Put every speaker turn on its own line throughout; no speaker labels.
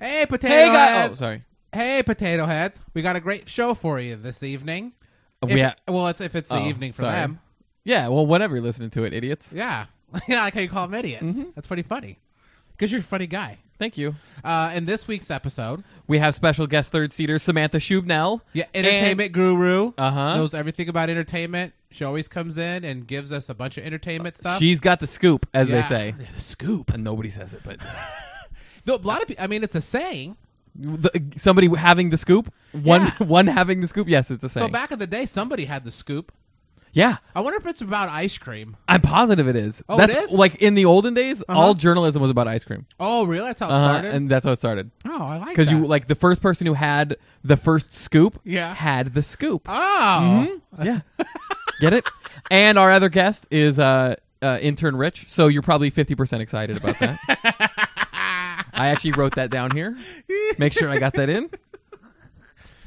Hey, potato
Hey guys, oh,
heads.
sorry.
Hey, potato heads. We got a great show for you this evening.
Uh, We
If-
ha-
well, it's if it's the
Oh,
evening for
sorry.
them.
yeah, well, whatever. You're listening to it, idiots.
Yeah, yeah. I like how you call them idiots.
Mm-hmm.
That's pretty funny. Because you're a funny guy.
Thank you.
Uh, in this week's episode,
We have special guest third seater Samantha Shubnell.
yeah, entertainment guru
Uh-huh.
knows everything about entertainment. She always comes in and gives us a bunch of entertainment stuff.
She's got the scoop, as
Yeah.
they say.
Yeah, the scoop.
And nobody says it, but
Though a lot of people. I mean, it's a saying.
the, somebody having the scoop, one
Yeah.
one having the scoop. Yes, it's the same.
So back in the day, somebody had the scoop.
yeah,
I wonder if it's about ice cream.
I'm positive it is.
Oh, it is?
that's like in the olden days, all journalism was about ice cream,
Oh, really? That's how it
Uh-huh,
started.
and that's how it started.
oh, I like that.
Because you like the first person who had the first scoop,
Yeah.
had the scoop.
Oh,
Yeah. Get it? And our other guest is uh, uh, intern Rich, so you're probably 50% excited about that. I actually wrote that down here. Make sure I got that in.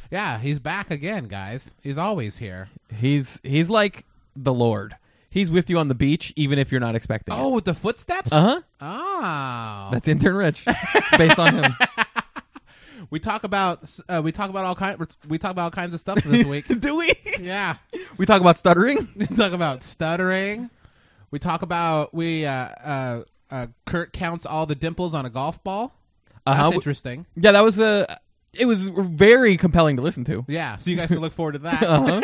yeah. He's back again, guys. He's always here.
He's he's like the Lord. He's with you on the beach even if you're not expecting it.
Oh, with the footsteps.
Uh-huh.
Oh,
That's intern Rich. It's based on him.
we talk about uh, we talk about all kind we talk about all kinds of stuff this week.
Do we?
yeah,
We talk about stuttering.
we talk about stuttering. We talk about we uh, uh, uh, Kurt counts all the dimples on a golf ball.
Uh-huh.
That's interesting.
Yeah, that was a it was very compelling to listen to.
Yeah, so you guys can look forward to that.
Uh-huh.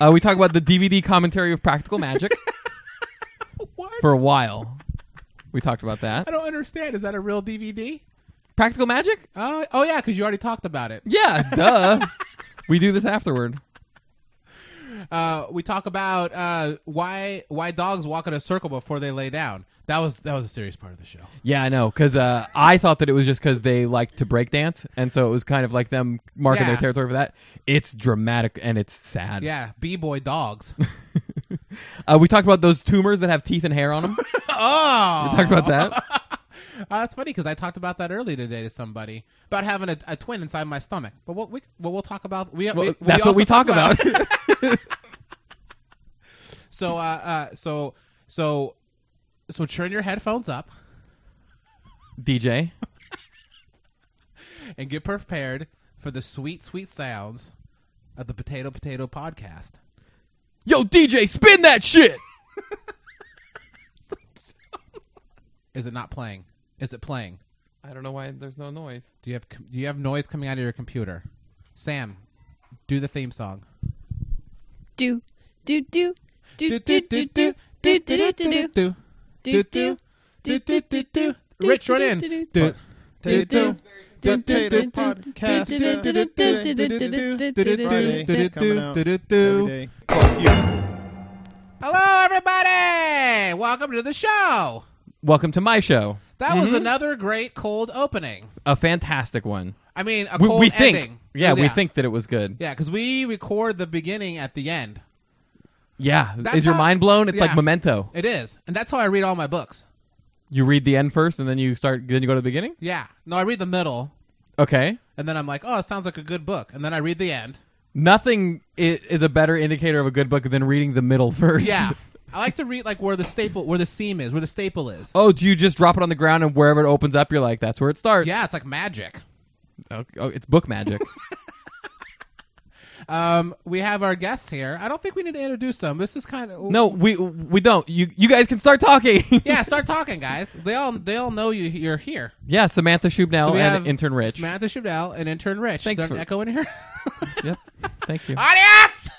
uh, we talk about the DVD commentary of Practical Magic
What?
for a while. We talked about that.
I don't understand. Is that a real DVD?
Practical Magic?
Oh, oh yeah, because you already talked about it.
Yeah, duh. we do this afterward.
Uh, we talk about uh, why why dogs walk in a circle before they lay down. That was that was a serious part of the show.
Yeah, I know. Because uh, I thought that it was just because they like to break dance, and so it was kind of like them marking
Yeah.
their territory for that. It's dramatic and it's sad.
Yeah, b boy dogs.
Uh, we talked about those tumors that have teeth and hair on them.
oh,
talked about that.
Uh, that's funny because I talked about that earlier today to somebody about having a, a twin inside my stomach. But what we what we'll talk about we,
Well,
we- we
that's what
also
we talk about.
so uh, uh so so so turn your headphones up
DJ.
and get prepared for the sweet sweet sounds of the potato potato podcast.
Yo, DJ, spin that shit.
Is it not playing? Is it playing?
I don't know why there's no noise.
Do you have com- do you have noise coming out of your computer? Sam, do the theme song.
do do do do do do do do do do do
do
do
do do do do do do. Rich, run in. Do do
But-
do do.
Potato podcast.
Do-do-do-do-do-do-do-do-do-do. Hello, everybody! Welcome to the show.
Welcome to my show.
That was another great cold opening.
A fantastic one.
I mean, a
We,
cold
we think.
ending.
Yeah, we think that it was good.
Yeah, because we record the beginning at the end.
Yeah.
That's
Is your
how-
mind blown? It's
Yeah.
like memento.
It is, and that's how I read all my books.
You read the end first, and then you start. Then you go to the beginning.
Yeah. No, I read the middle,
Okay.
and then I'm like, oh, it sounds like a good book, and then I read the end.
Nothing i- is a better indicator of a good book than reading the middle first.
Yeah. I like to read like where the staple, where the seam is, where the staple is.
Oh, do you just drop it on the ground and wherever it opens up, you're like, that's where it starts.
Yeah, it's like magic.
Oh, oh, it's book magic.
Um, we have our guests here. I don't think we need to introduce them. This is kind of
no, we we don't. You you guys can start talking.
Yeah, start talking, guys. They all they all know you. You're here.
Yeah, Samantha Shubnell
So we
Oh, and
have
intern Rich.
Samantha Chudell, and intern Rich.
Thanks
is there an
for-
echo in here.
yep. Thank you.
Audience,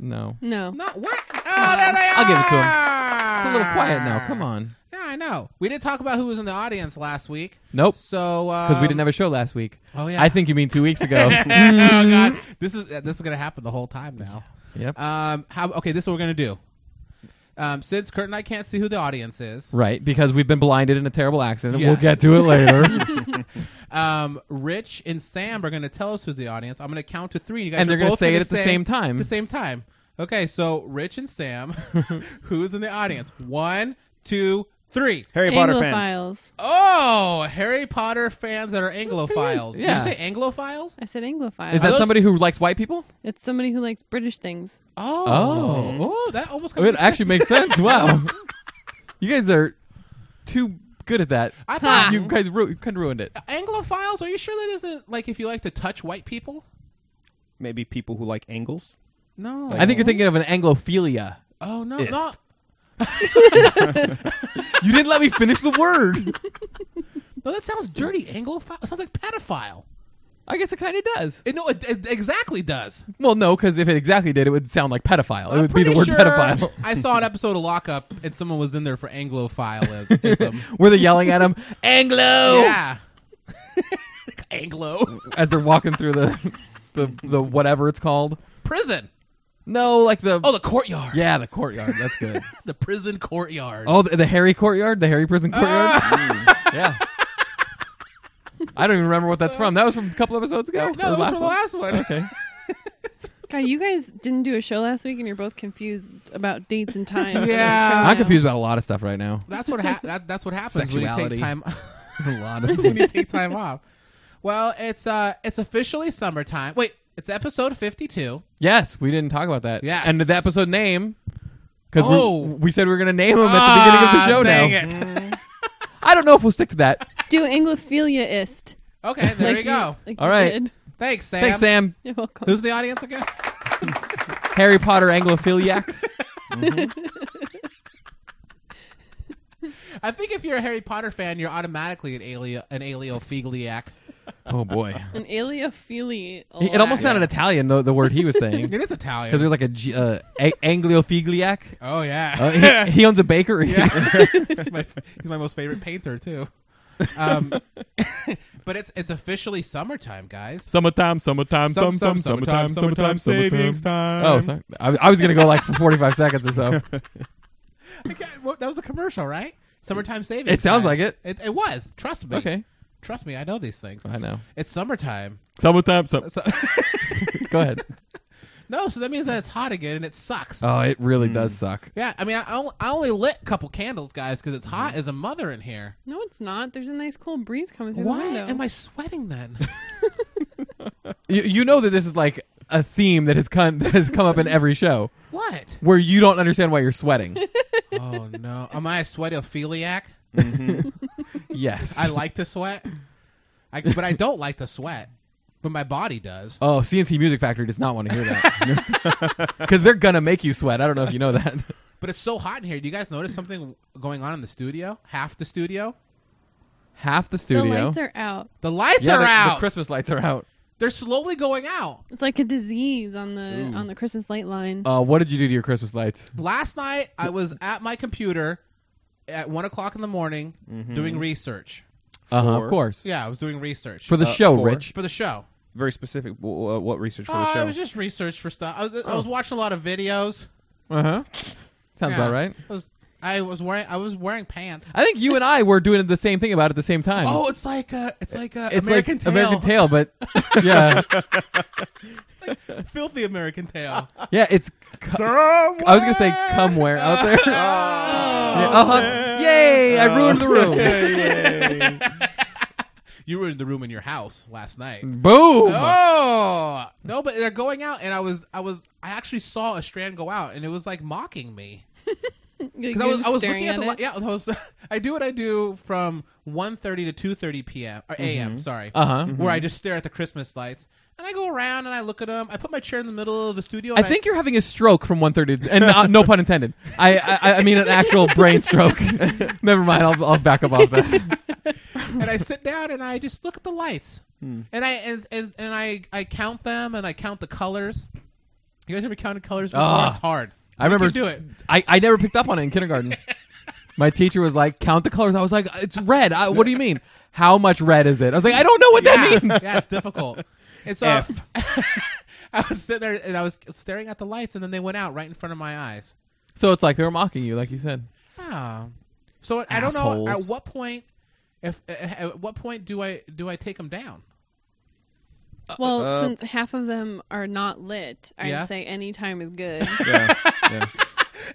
No.
no
not what? Oh, there they
I'll give it to 'em.
are!
It's a little quiet now. Come
Ah.
on.
Yeah, I know. We didn't talk about who was in the audience last week,
Nope.
so
Because we didn't have a show last week.
Oh, yeah.
I think you mean two weeks ago.
oh god,
Mm-hmm.
this is this is gonna happen the whole time now.
yep.
Um, how? Okay, this is what we're gonna do. Um, since Kurt and I can't see who the audience is,
right. Because we've been blinded in a terrible accident.
Yeah.
We'll get to it later.
um, Rich and Sam are gonna tell us who's the audience. I'm gonna count to three. You guys
And
are
they're gonna
both
say it at the same time.
The same time. Okay, so Rich and Sam, who's in the audience? One, two, three.
Harry Potter
Anglophiles.
fans.
Oh, Harry Potter fans that are Anglophiles. Did
Yeah.
you say Anglophiles?
I said Anglophile.
Is
Are
that
those-
somebody who likes white people?
it's somebody who likes British things.
Oh, oh, that almost. kinda
It actually
sense.
makes sense. Wow. you guys are too good at that.
I thought
You guys ru- kind of ruined it.
Anglophiles. Are you sure that isn't like if you like to touch white people?
Maybe people who like angles.
No,
I think you're thinking of an Anglophilia.
Oh no,
Ist.
not
You didn't let me finish the word.
no. That sounds dirty. Anglophile. It sounds like pedophile.
I guess it kind of does.
It, no, it, it exactly does.
Well, no, because if it exactly did, it would sound like pedophile. it
I'm
would be the
pretty
word
sure
pedophile.
I saw an episode of Lockup, and someone was in there for Anglophileism.
Where they're yelling at him, Anglo,
yeah, Anglo
as they're walking through the, the the whatever it's called.
prison.
No, like the
Oh, the courtyard.
yeah, the courtyard. That's good.
the prison courtyard.
Oh, the, the Harry courtyard, the Harry prison courtyard.
Ah!
yeah. I don't even remember what that's from. That was from a couple episodes ago.
no,
Or
that was
last
from the
one?
last one.
Okay.
God, you guys didn't do a show last week, and you're both confused about dates and times. of our
Yeah.
show
I'm
I'm
now.
confused about a lot of stuff right now.
That's what ha- that, that's what happens when you
Sexuality.
take time
A lot of
when you take time off. Well, it's uh, it's officially summertime. Wait, it's episode fifty-two.
Yes, we didn't talk about that.
Yes.
And the episode name because
Oh. Ah,
we said we were going to name him at the beginning of the show now.
dang it.
I don't know if we'll stick to that.
Do Anglophiliaist.
Okay, there
like
you go.
like
All
you
right.
did.
Thanks, Sam.
Thanks, Sam.
You're welcome.
Who's the audience again?
Harry Potter Anglophiliacs.
Mm-hmm. I think if you're a Harry Potter fan, you're automatically an alio an aliophiliac.
oh, boy.
An aliophili.
It, it almost sounded Italian, though, the word he was saying.
It is
Because
Italian.
there's like a, G- uh, a- Anglophiliac.
oh yeah,
Uh, he, he owns a bakery.
Yeah. he's, my, he's my most favorite painter too. Um, but it's it's officially summertime, guys.
Summertime, summertime,
Some- some- summertime, summertime, savings time.
Oh, sorry. I, I was gonna go like for forty-five seconds or so.
Okay, well, that was the commercial, right? Summertime savings.
It sounds
times.
like it.
it. It was. Trust me.
Okay,
Trust me. I know these things.
I know.
It's summertime.
Summertime, some.
So,
Go ahead.
no, so that means that it's hot again and it sucks.
Oh, it really does suck.
yeah, I mean, I, I only- I only lit a couple candles, guys, because it's hot as a mother in here.
No, it's not. There's a nice cool breeze coming through
Why
the window.
am I sweating then?
You, you know that this is like a theme that has come that has come up in every show
what?
where you don't understand why you're sweating.
Oh no, am I a sweatophiliac?
yes.
I like to sweat, I, but I don't like to sweat. But my body does.
oh, CNC Music Factory does not want to hear that because they're gonna make you sweat. I don't know if you know that.
But it's so hot in here. Do you guys notice something going on in the studio? Half the studio,
Half the
the
studio.
lights are out.
the lights
yeah,
are
the, the
out.
Christmas lights are out.
They're slowly going out.
It's like a disease on the on the Christmas light line.
Uh, what did you do to your Christmas lights?
Last night I was at my computer at one o'clock in the morning doing research.
Uh huh. Of
For-
course.
Yeah, I was doing research
For the
Uh,
show,
for-
Rich.
for the show.
Very specific. W- uh, what research for
Uh,
the show?
I was just research for stuff. I was, I was
Oh.
watching a lot of videos.
Uh huh. Sounds
Uh-huh. Yeah.
about right.
I was, I was wearing I was wearing pants.
I think you and I were doing the same thing about at the same time.
Oh, it's like a, it's like a
it's
American
like
Tail.
American Tail, but yeah,
filthy American Tail.
yeah. It's I was gonna say comewhere out there.
Oh,
Yeah, uh-huh. Yay! I ruined the room.
You were in the room in your house last night.
Mm. Boom.
Oh
Mm-hmm.
no, but they're going out, and I was, I was, I actually saw a strand go out, and it was like mocking me because I was, I was looking at the, li- yeah, I was, I do what I do from 1.30 to two thirty p.m. or a.m. Sorry,
Uh huh.
where I just stare at the Christmas lights, and I go around and I look at them. I put my chair in the middle of the studio.
I
and
think you're having a stroke from 1:30, and uh, no pun intended. I, I I mean an actual brain stroke. Never mind. I'll I'll back up off that.
and I sit down and I just look at the lights,
Hmm.
and I and, and and I I count them and I count the colors. You guys ever counted colors? Before?
Ah.
it's hard.
I remember
can do it.
I I never picked up on it in kindergarten. My teacher was like, "Count the colors." I was like, "It's red." I, what do you mean? How much red is it? I was like, "I don't know what
yeah,
that means."
yeah, it's difficult. And so I was sitting there and I was staring at the lights, and then they went out right in front of my eyes.
So it's like they were mocking you, like you said.
Oh. So I don't know at
Assholes.
what point. If at what point do I do I take them down?
Well,
Uh,
since half of them are not lit, I'd
Yeah.
say any time is good.
yeah, yeah.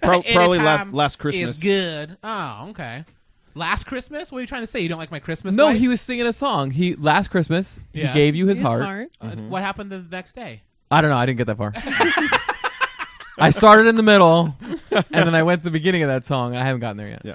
Pro- probably last,
Anytime
last
It's
Christmas.
good. Oh, okay. Last Christmas? What are you trying to say? You don't like my Christmas?
No,
lights?
he was singing a song. He last Christmas
Yes.
he gave you his
Use
heart.
Uh,
Mm-hmm.
What happened the next day?
I don't know. I didn't get that far. I started in the middle, and then I went to the beginning of that song, and I haven't gotten there yet.
Yeah.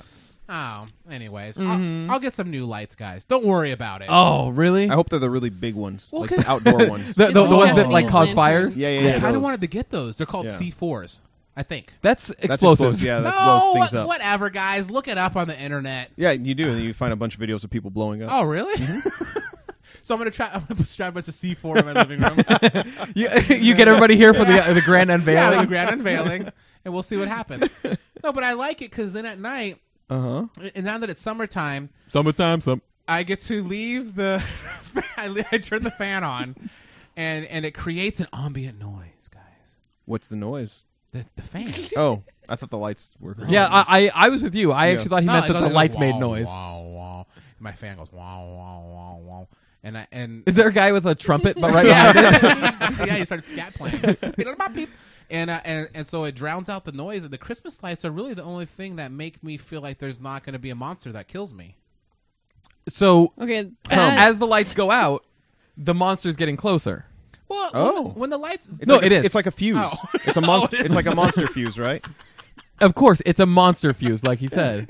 Oh, anyways,
Mhm.
I'll, I'll get some new lights, guys. Don't worry about it.
Oh, really?
I hope they're the really big ones,
Well,
like the
'cause-
outdoor ones.
the, the, the ones that
Japanese
like cause fires.
lanterns.
yeah, yeah,
I
yeah.
kind
those.
of wanted to get those. They're called
Yeah.
C4s, I think.
That's
That's
explosives.
explosive. Yeah, that
no,
blows
what-
things up.
whatever, guys. Look it up on the internet.
Yeah, you do, and then you find a bunch of videos of people blowing up.
Oh, really?
Mm-hmm.
so I'm gonna try. I'm gonna strap a bunch of C4 in my living room.
you, you get everybody here for the the grand
yeah, the
unveiling.
grand unveiling, and we'll see what happens. No, but I like it because then at night,
Uh huh.
and now that it's summertime,
Summertime, some.
I get to leave the. I, li- I turn the fan on, and and it creates an ambient noise, guys.
What's the noise?
The the fan.
Oh, I thought the lights were.
Yeah, I, I I was with you. I
Yeah.
actually thought he
No, Oh,
meant
it
that
goes
the
like,
lights
"Wow,
made noise.
wow, wow." My fan goes wow wow wow wow, and I and
Is there a guy with a trumpet? But right behind it.
yeah, yeah, you started scat playing, and uh, and and so it drowns out the noise. And the Christmas lights are really the only thing that make me feel like there's not going to be a monster that kills me.
So
Okay. that-
as the lights go out, the monster's getting closer.
Well,
Oh.
when, the, when the lights,
No,
like
it
a,
is.
It's like a fuse.
Oh.
It's a
Oh,
monster.
it
it's like a monster fuse, right?
Of course, it's a monster fuse, like he said.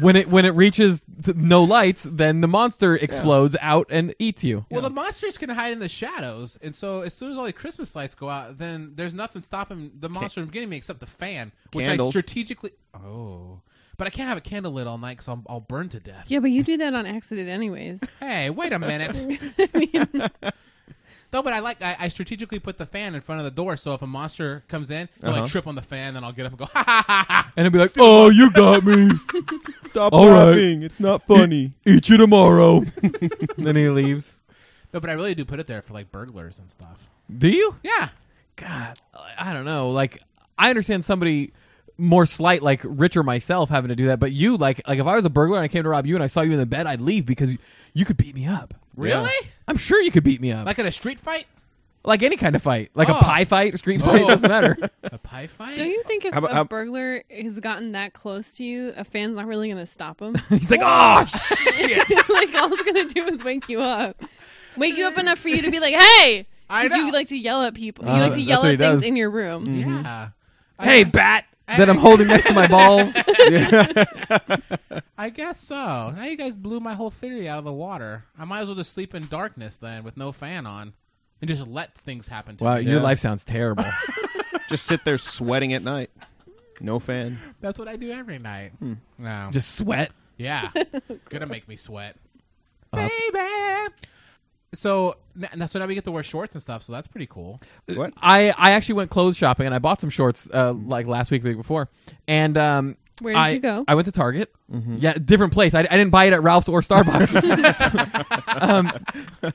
when it when it reaches t- no lights, then the monster explodes out and eats you.
well, the monsters can hide in the shadows, and so as soon as all the Christmas lights go out, then there's nothing stopping the monster from getting me except the fan, which
Candles.
I strategically. Oh, but I can't have a candle lit all night because I'll, I'll burn to death.
yeah, but you do that on accident, anyways.
Hey, wait a minute.
I mean,
No, but I like I, I strategically put the fan in front of the door, so if a monster comes in, they'll
Uh-huh.
like trip on the fan, then I'll get up and go ha ha ha ha.
And it'd be like, "Oh, you got me.
Stop
All right.
laughing. It's not funny.
Eat you tomorrow." then he leaves.
No, but I really do put it there for like burglars and stuff.
Do you?
Yeah,
God, I- I don't know. Like, I understand somebody more slight, like Rich or myself, having to do that. But you, like, like if I was a burglar and I came to rob you and I saw you in the bed, I'd leave because you, you could beat me up.
really?
I'm sure you could beat me up,
Like
like,
in a street fight,
any kind of fight, like
Oh.
a pie fight, a street fight,
Oh.
doesn't matter.
a pie fight.
don't you think if
How about-
a
how-
burglar has gotten that close to you, a fan's not really going to stop him?
He's like, oh shit.
like all it's gonna do is wake you up, wake you up enough for you to be like, "Hey!"
I
'Cause
know.
You like to yell at people. You
Uh,
like to
that's
yell
what he
at things
does.
in your room.
Yeah. I-
Mm-hmm. hey bat that I'm holding next to my balls.
I guess so. Now you guys blew my whole theory out of the water. I might as well just sleep in darkness then, with no fan on, and just let things happen to
Wow,
me.
your
Yeah.
life sounds terrible.
Just sit there sweating at night. No fan.
That's what I do every night. No.
Hmm. Just sweat.
Yeah. Gonna make me sweat. Baby. So n- and that's when we get to wear shorts and stuff, so that's pretty cool.
What?
I I actually went clothes shopping and I bought some shorts uh, like last week, the week before, and um.
Where did
I-
you go?
I went to Target.
Mm-hmm.
Yeah, different place. I, I didn't buy it at Ralph's or Starbucks. um,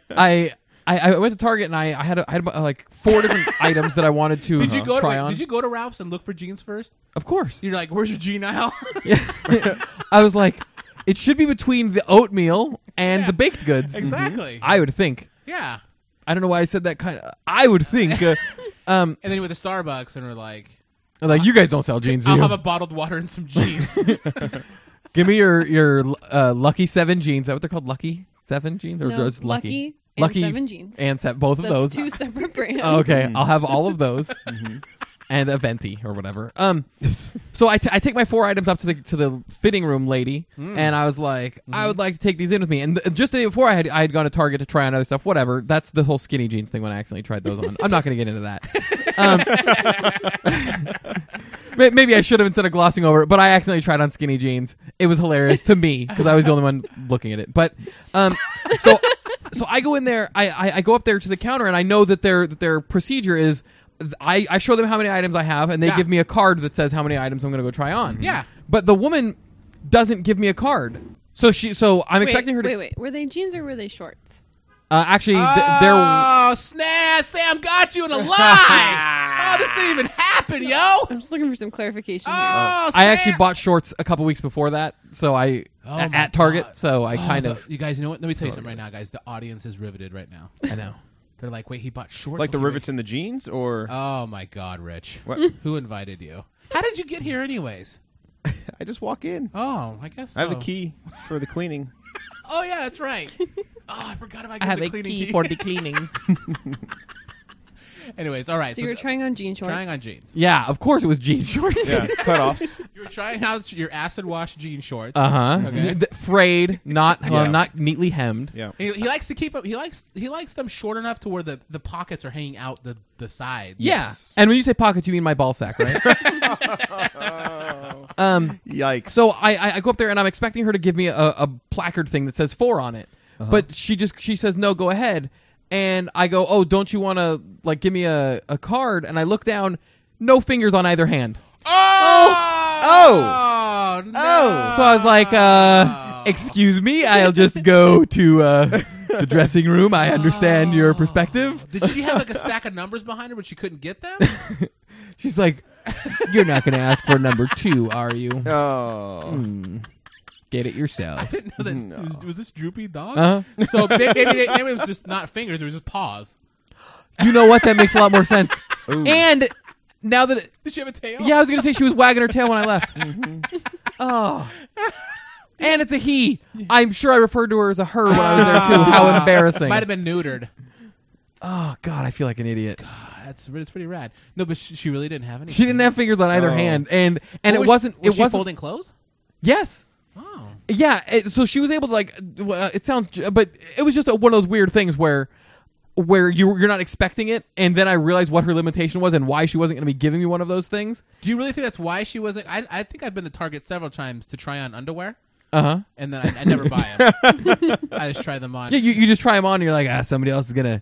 I, I I went to Target and I, I had a, I had about, uh, like four different items that I wanted to
Did you go to
Uh-huh. try
wait,
on.
did you go to Ralph's and look for jeans first?
Of course.
You're like, where's your jean aisle?
I was like, it should be between the oatmeal and the baked goods.
exactly.
I would think.
yeah.
I don't know why I said that kind of. I would think. Uh, um,
And then you went to Starbucks and were like,
like you guys don't sell jeans. do
I'll
you?
have a bottled water and some jeans.
Give me your your uh, lucky seven jeans. Is that what they're called? Lucky seven jeans or
No,
just lucky?
and seven jeans.
and se- both of
That's
those. Oh,
two separate brands.
okay, I'll have all of those and a venti or whatever. Um, so I, t- I take my four items up to the to the fitting room lady, and I was like, I would like to take these in with me. And th- just the day before, I had I had gone to Target to try on other stuff. Whatever. That's the whole skinny jeans thing when I accidentally tried those on. I'm not going to get into that. Um, may- maybe I should have instead of glossing over it, but I accidentally tried on skinny jeans. It was hilarious to me because I was the only one looking at it. But um, so so I go in there, I, I I go up there to the counter, and I know that their that their procedure is. th- I, I show them how many items I have, and they
Yeah.
give me a card that says how many items I'm going to go try on.
Mm-hmm. Yeah.
But the woman doesn't give me a card. So she, so I'm
Wait,
expecting her to
wait, wait. Were they jeans or were they shorts?
Uh, actually, th- they're
oh, snap. Sam got you in a lie. oh, this didn't even happen, yo. Oh,
I'm just looking for some clarification.
I
Sam.
actually bought shorts a couple weeks before that, so I
Oh
at,
my
at Target,
God.
so I
Oh,
kind
the-
of
You guys, you know what? Let me tell you something right now, guys. The audience is riveted right now.
I know.
They're like, wait, he bought shorts.
Like the
Okay, wait.
rivets in the jeans, or
Oh my God, Rich.
What?
Who invited you? How did you get here, anyways?
I just walk in.
Oh, I guess
I have a
so.
key for the cleaning.
Oh yeah, that's right. oh, I forgot about
I
getting
have
the
a
cleaning
key for the cleaning.
Anyways, all right.
So you were
th-
trying on jean shorts.
trying on jeans.
Yeah, of course it was jean shorts.
Yeah, cutoffs.
You were trying out your acid wash jean shorts.
Uh huh.
Okay.
Frayed, not
Yeah.
uh, not neatly hemmed.
Yeah.
He, he likes to keep up. He likes he likes them short enough to where the, the pockets are hanging out the the sides.
Yeah.
Yes.
And when you say pockets, you mean my ball sack, right? um.
Yikes.
So I, I I go up there and I'm expecting her to give me a, a placard thing that says four on it, but she just she says no, go ahead, and I go oh don't you want to like give me a, a card and I look down, no fingers on either hand,
Oh. Oh. no.
so I was like uh excuse me I'll just go to uh, the dressing room I understand your perspective.
Did she have like a stack of numbers behind her, but she couldn't get them?
She's like, you're not gonna ask for number two, are you?
oh.
Get it yourself.
Didn't know that. Was, was this droopy dog?
Uh-huh.
So may- maybe, they- maybe it was just not fingers. It was just paws.
You know what? That makes a lot more sense.
Ooh.
And now that it,
Did she have a tail?
Yeah, I was gonna say she was wagging her tail when I left.
Mm-hmm.
Oh. And it's a he. I'm sure I referred to her as a her when I was there too. How embarrassing.
Might have been neutered. Ah,
Oh god, I feel like an idiot.
That's it's pretty rad. No, but she, she really didn't have any.
She didn't have fingers on either
Oh.
hand and and
Was
it
she-
wasn't
Was
it
she
wasn't
folding clothes?
Yes.
Oh.
Yeah, it, so she was able to like uh, it sounds j- but it was just a, one of those weird things where where you you're not expecting it and then I realized what her limitation was and why she wasn't going to be giving me one of those things.
Do you really think that's why she wasn't? I, I think I've been to Target several times to try on underwear,
Uh-huh.
and then I, I never buy them. I just try them on.
Yeah, you, you just try them on and you're like, "Ah, somebody else is going to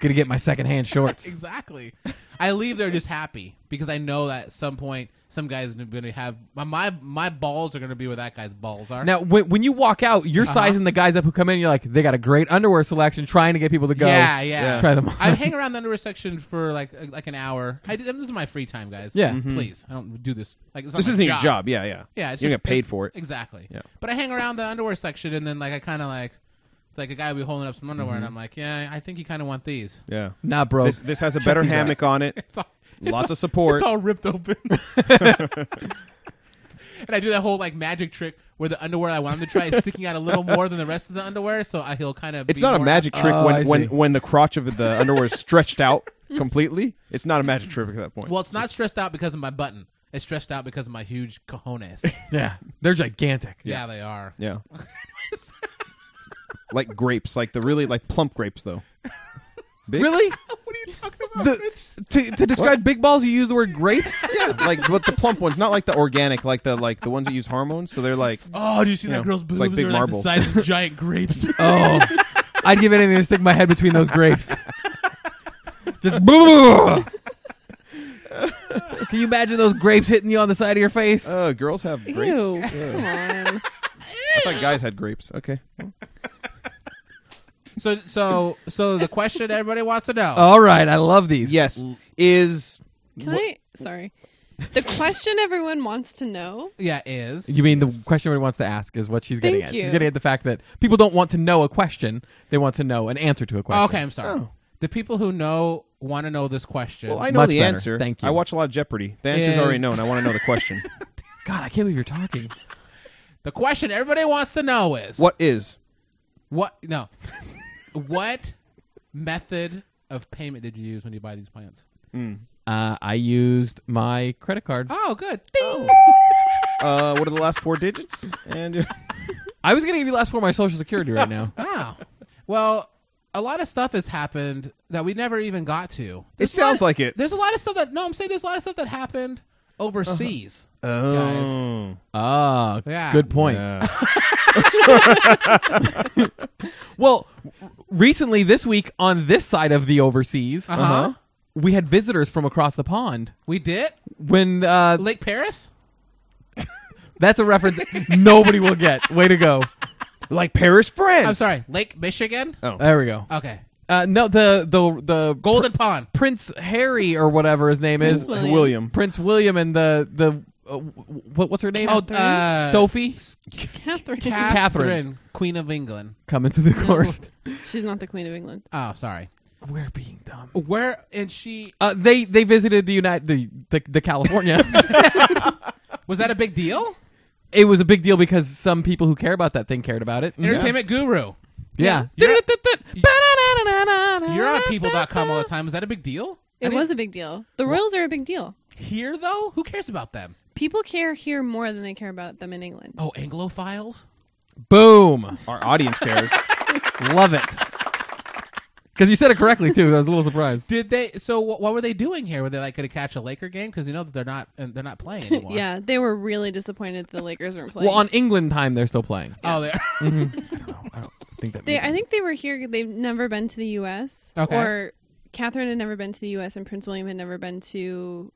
going to get my secondhand shorts."
Exactly. I leave there just happy because I know that at some point some guy's going to have my, my my balls are going to be where that guy's balls are.
Now, when, when you walk out, you're sizing the guys up who come in. You're like, they got a great underwear selection, trying to get people to go.
Yeah, yeah.
Try them. On.
I hang around the underwear section for like uh, like an hour. I, do- this is my free time, guys.
Yeah.
please. I don't do this. Like it's not
Mm-hmm. This
my
isn't your job. Yeah, yeah.
Yeah, it's
you
just-
get paid for it.
Exactly.
Yeah.
But I hang around the underwear section and then like I kind of like it's like a guy will be holding up some underwear and
Mm-hmm.
I'm like, yeah, I think you kind of want these.
Yeah.
nah, bro.
This, this has a better
these out.
hammock on it.
It's all, it's
Lots of
all-
support.
It's all ripped open. and I do that whole like magic trick where the underwear I want him to try is sticking out a little more than the rest of the underwear, so I, he'll kind of.
It's not a magic trick
Oh, I
when, when,
see.
when the crotch of the underwear is stretched out completely. It's not a magic trick at that point.
Well, it's not stressed out because of my button. It's stressed out because of my huge cojones.
yeah, they're gigantic.
yeah, they are.
yeah. like grapes, like the really like plump grapes though. Big?
Really?
What are you talking about?
The, to, to describe big balls, you use the word grapes.
Yeah, like but the plump ones, not like the organic, like the like the ones that use hormones. So they're like
oh, did you see
Yeah.
that girl's
It's
boobs?
like big
They're
marbles.
Like the size of giant grapes.
Oh, I'd give anything to stick my head between those grapes. Just boo. Can you imagine those grapes hitting you on the side of your face?
uh girls have grapes.
Ew.
Yeah.
Come on.
I thought guys had grapes. Okay.
So, so, so the question everybody wants to know.
Oh.
All right, I love these.
Yes. Is
Can I? Sorry. The question everyone wants to know.
Yeah, is
You mean the question everyone wants to ask is what she's getting
Thank
at?
you.
She's getting at the fact that people don't want to know a question; they want to know an answer to a question.
Oh, okay. I'm sorry. The people who know want to know this question.
well, I know
Much
the
better.
answer.
Thank you.
I watch a lot of Jeopardy. The answer's
Is-
already known. I want to know the question.
God, I can't believe you're talking.
the question everybody wants to know is
what is?
What? No. what method of payment did you use when you buy these plants?
Uh, I used my credit card.
Oh, good.
Uh, what are the last four digits? And
I was gonna give you the last four of my social security right now.
Wow. Well, a lot of stuff has happened that we never even got to.
it
There's a lot
sounds
of-
like it.
There's a lot of stuff that no, I'm saying there's a lot of stuff that happened overseas.
Oh.
Ah,
Yeah.
good point.
Yeah.
Well, r- recently this week on this side of the overseas,
Uh
uh-huh.
huh.
we had visitors from across the pond.
We did
When uh,
Lake Paris.
that's a reference nobody will get. Way to go!
like Paris, France. Oh.
I'm sorry, Lake Michigan.
There we go.
Okay,
Uh, no, the the the
Golden Pond.
Prince Harry or whatever his name is,
William.
William.
Prince William and the the uh, what, what's her name?
Oh, uh,
Sophie
Catherine.
Catherine, Queen of England.
coming to the court.
She's not the Queen of England.
Oh, sorry.
We're being dumb.
Where and she
Uh, they they visited the United the the, the California.
was that a big deal?
it was a big deal because some people who care about that thing cared about it.
Entertainment guru.
Yeah.
You're not- You're
You're
on people.com all the time. Is that a big deal? I
It
didn't-
was a big deal. The Royals are a big deal.
Here, though? Who cares about them?
People care here more than they care about them in England.
Oh, Anglophiles?
Boom.
Our audience cares.
Love it. Because you said it correctly, too. I was a little surprised.
Did they? So wh- what were they doing here? Were they like going to catch a Laker game? Because you know that they're not and they're not playing anymore.
Yeah, they were really disappointed the Lakers weren't playing.
Well, on England time, they're still playing.
Oh, they're
Mhm. I don't know. I don't think that
they,
means
I think they were here. They've never been to the U.S.
Okay.
Or Catherine had never been to the U.S. and Prince William had never been to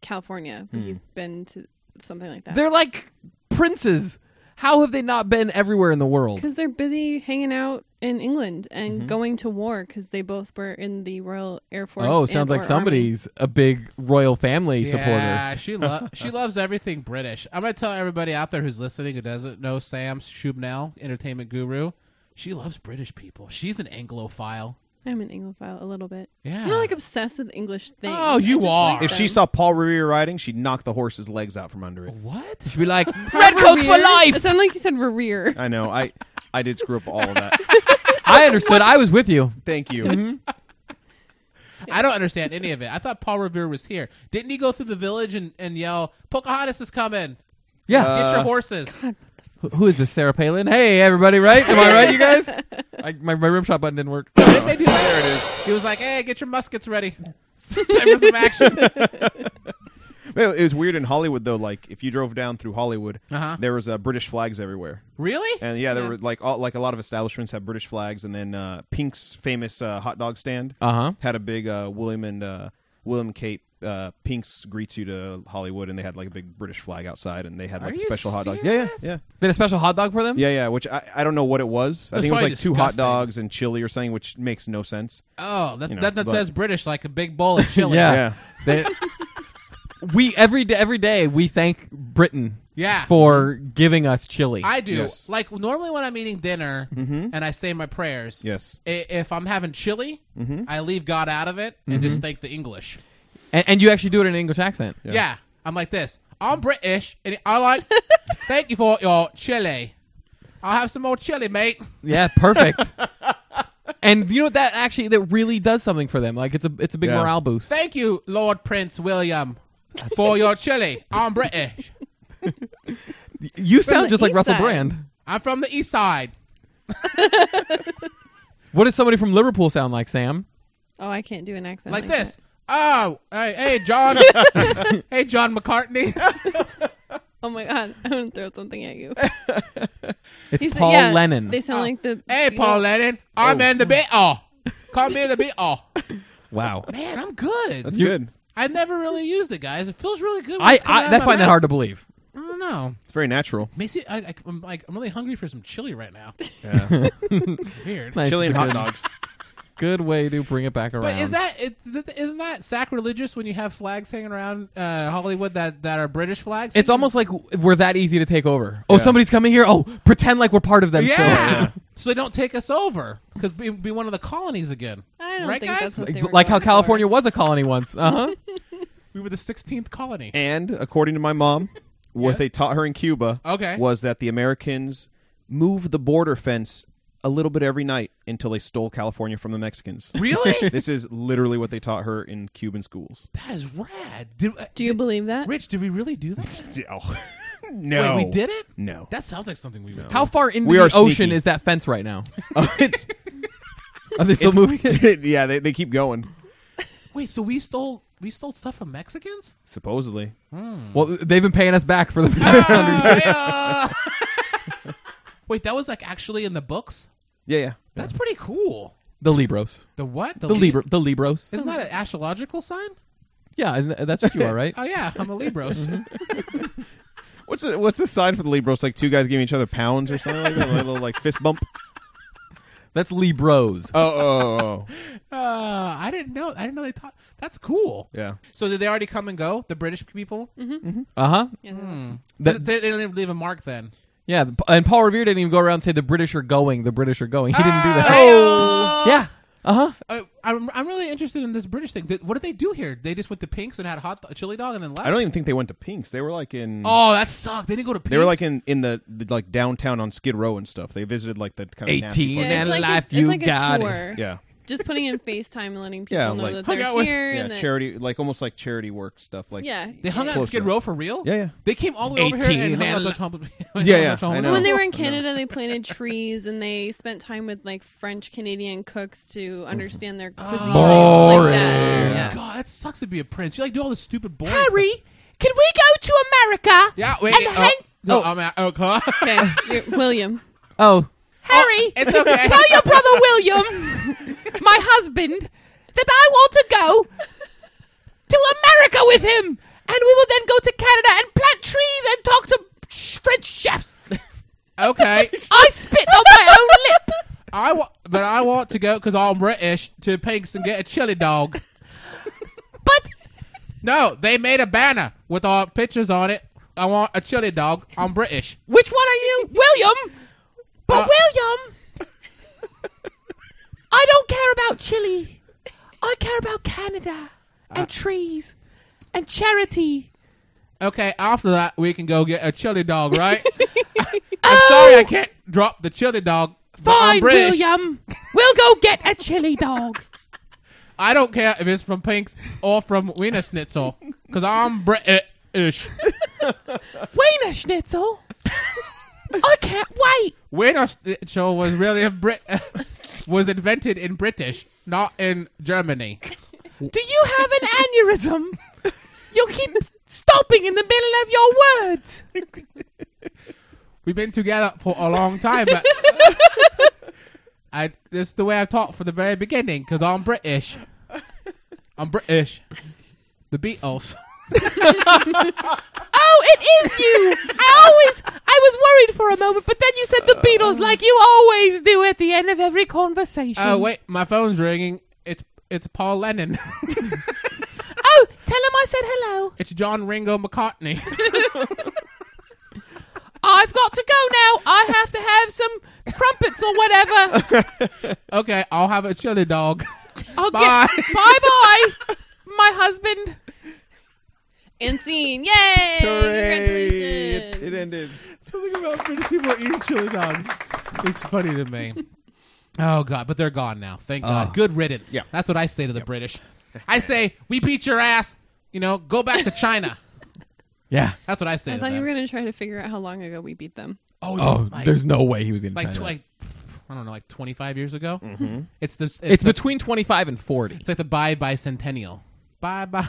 California. but He's been to something like that.
They're like princes. How have they not been everywhere in the world?
because they're busy hanging out in England and going to war because they both were in the Royal Air Force.
Oh,
and
sounds like
or
somebody's a big royal family supporter.
Yeah, she lo- she loves everything British. I'm gonna tell everybody out there who's listening who doesn't know Sam Shubnell, entertainment guru. She loves British people. She's an Anglophile.
Army. I'm an Anglophile a little bit.
Yeah.
I'm not, like obsessed with English things.
Oh,
I
you
just
are.
like
if she
them.
saw Paul Revere riding, she'd knock the horse's legs out from under it.
what?
She'd be like, "Red coats for
Rear?
life."
It sounded like you said rear.
I know. I I did screw up all of that.
I understood. I was with you.
Thank you.
I don't understand any of it. I thought Paul Revere was here. Didn't he go through the village and, and yell, "Pocahontas is coming!
Yeah.
Get your
Uh,
horses!"
Who- Who is this? Sarah Palin. Hey, everybody. Right? Am I right, you guys? I, my my rim shot button didn't work.
Didn't they do that? There it is. He was like, "Hey, get your muskets ready. It's time for some action."
Well, It was weird in Hollywood though. Like if you drove down through Hollywood,
Uh-huh.
there was uh, British flags everywhere,
really?
and yeah, there
Yeah.
were like all, like a lot of establishments have British flags, and then uh, Pink's famous uh, hot dog stand
Uh
Uh-huh.
huh.
had a big uh, William and uh, William Cape. Uh, Pink's greets you to Hollywood, and they had like a big British flag outside, and they had like
Are
a
you
special hot dog. Yeah, yeah,
serious?
yeah,
They had a special hot dog for them.
yeah, yeah. Which I, I don't know what it was. I
was
think it was
probably
like two hot
disgusting.
dogs and chili or something, which makes no sense.
Oh, that
You know,
that, that
but-
says British like a big bowl of chili.
Yeah.
Yeah,
They, we every day every day we thank Britain.
Yeah.
For giving us chili.
I do.
Yes. Mm-hmm.
Like normally when I'm eating dinner and I say my prayers.
yes. Mm-hmm.
i- If I'm having chili, I leave God out of it and just thank the English.
and, and you actually do it in an English accent.
Yeah. I'm like this. I'm British and I like thank you for your chili. I'll have some more chili, mate.
Yeah, perfect. and you know what? that actually that really does something for them. Like it's a it's a big
Yeah.
morale boost.
Thank you, Lord Prince William, for your chili. I'm British.
You sound
the
just like
east
Russell
side.
Brand.
I'm from the east side.
What does somebody from Liverpool sound like, Sam?
Oh, I can't do an accent
Like
like,
this.
that.
Oh, hey, hey John. hey, John McCartney.
Oh my god, I'm gonna throw something at you.
It's
You said-
Paul
yeah,
Lennon.
They sound like the
Hey,
you
Paul
know-
Lennon. I'm in the bit. Oh, call me in the bit. Oh,
Wow.
man, I'm good.
That's good.
I've never really used it, guys. It feels really good. when
I,
it's coming
I
out
that
of
find
my
that
mouth.
hard to believe.
I don't know.
It's very natural.
Makes it, I, I, I'm like I'm really hungry for some chili right now.
Yeah.
Weird.
Nice.
chili
It's
and
a
hot
good-
dogs.
Good way to bring it back around.
But is that it, th- isn't that sacrilegious when you have flags hanging around uh, Hollywood that, that are British flags?
It's almost like we're that easy to take over. Oh, somebody's coming here. Oh, pretend like we're part of them.
yeah.
Still.
So they don't take us over because be, be one of the colonies again.
I don't
Right,
think
guys?
that's what they were
Like how
going for.
California was a colony once. Uh huh.
We were the 16th colony.
And according to my mom, what they taught her in Cuba
Okay.
was that the Americans moved the border fence a little bit every night until they stole California from the Mexicans.
Really?
this is literally what they taught her in Cuban schools.
that is rad. Did, uh,
Do you believe that?
Rich, did we really do that?
no.
oh. Wait, we did it?
No.
That sounds like something we would do.
How far into
We
the
are
ocean
sneaky.
is that fence right now?
It's-
Are they still moving it?
yeah, they, they keep going.
Wait, so we stole we stole stuff from Mexicans?
Supposedly.
Well, they've been paying us back for the past
Ah, yeah. Wait, that was like actually in the books.
Yeah, yeah.
That's pretty cool.
the Libros.
The what?
The
Lib-
Libra, the Libros.
Isn't
Oh.
that an astrological sign?
Yeah, isn't that, that's what you are, right?
Oh yeah, I'm a Libros.
What's the, what's the sign for the Libros? Like two guys giving each other pounds or something like that? A little like fist bump?
That's Libros.
Oh, oh, oh, oh.
uh, I didn't know. I didn't know they taught. That's cool.
Yeah.
So did they already come and go? The British people.
Mm-hmm.
Uh huh.
Yeah.
That-
they, they didn't even leave a mark then.
Yeah, the- and Paul Revere didn't even go around and say the British are going. The British are going. He didn't do that.
Oh!
Yeah, Uh huh.
I, I'm, I'm really interested in this British thing. Th- What did they do here? They just went to Pink's and had a hot do- chili dog and then left.
I don't even think they went to Pink's. They were like in.
oh, that sucked. They didn't go to Pink's.
They were like in in the, the like downtown on Skid Row and stuff. They visited like the kind of nasty
18.
part.
Yeah.
it's like
life,
a,
you
it's like
got it.
a tour.
Yeah,
Just putting in FaceTime and letting people
Yeah,
know
like-
that
Hung
they're
out with-
here.
yeah.
and that,
Charity, like almost like charity work stuff. Like
Yeah.
They hung out in
Close
Skid
enough.
Row for real?
Yeah, yeah.
They came all the way over here
18
and hung
and
out Dutch
la-
Humble.
Yeah, yeah, I know.
When they
No.
were in Canada, they planted trees and they spent time with like French Canadian cooks to understand their cuisine. and stuff Like that.
Boring.
Yeah.
Oh God, that sucks to be a prince. You like do all this stupid boring stuff.
Harry, can we go to America?
Yeah, wait.
And
oh,
hang-
no, I'm out. Oh, come on.
Okay, you're- William.
Oh,
Harry,
It's okay.
tell your brother William, my husband, that I want to go to America with him, and we will then go to Canada and plant trees and talk to sh- French chefs.
okay.
I spit on my own lip.
I wa- but I want to go because I'm British to Pink's and get a chili dog.
But
No, they made a banner with our pictures on it. I want a chili dog. I'm British.
which one are you, William? But
Uh,
William, I don't care about Chile. I care about Canada
Uh,
and trees and charity.
Okay, after that we can go get a chili dog, right? I'm sorry I can't drop the chili dog. but I'm
Oh! Fine,
British.
William. We'll go get a chili dog.
I don't care if it's from Pink's or from Wiener Schnitzel, because I'm British.
Wiener Schnitzel. I can't wait.
Wiener Schnitzel was really a Brit, was invented in British, not in Germany.
Do you have an aneurysm? You keep stopping in the middle of your words.
We've been together for a long time, but I this is the way I've talked from the very beginning because I'm British. I'm British. The Beatles.
Oh, it is you. I always, I was worried for a moment, but then you said the Beatles, like you always do at the end of every conversation.
Oh wait, my phone's ringing. It's it's Paul Lennon.
Oh, tell him I said hello.
it's John Ringo McCartney.
I've got to go now. I have to have some crumpets or whatever.
okay, I'll have a chili dog.
I'll
Bye.
Get, bye bye, my husband.
And scene. Yay!
It,
Congratulations.
it ended.
Something about British people eating chili dogs. It's funny to me. Oh god, but they're gone now. Thank God. Good riddance.
Yeah.
That's what I say to the British. I say, we beat your ass. You know, go back to China.
yeah.
That's what I say.
I
to
thought you
them.
were gonna try to figure out how long ago we beat them.
Oh,
Oh,
like,
there's no way he was gonna.
like,
try
tw-
that.
like pff, I don't know, like 25 years ago. Mm-hmm. It's the it's,
it's
the,
between 25 and 40.
it's like the bye bicentennial. Bye bye.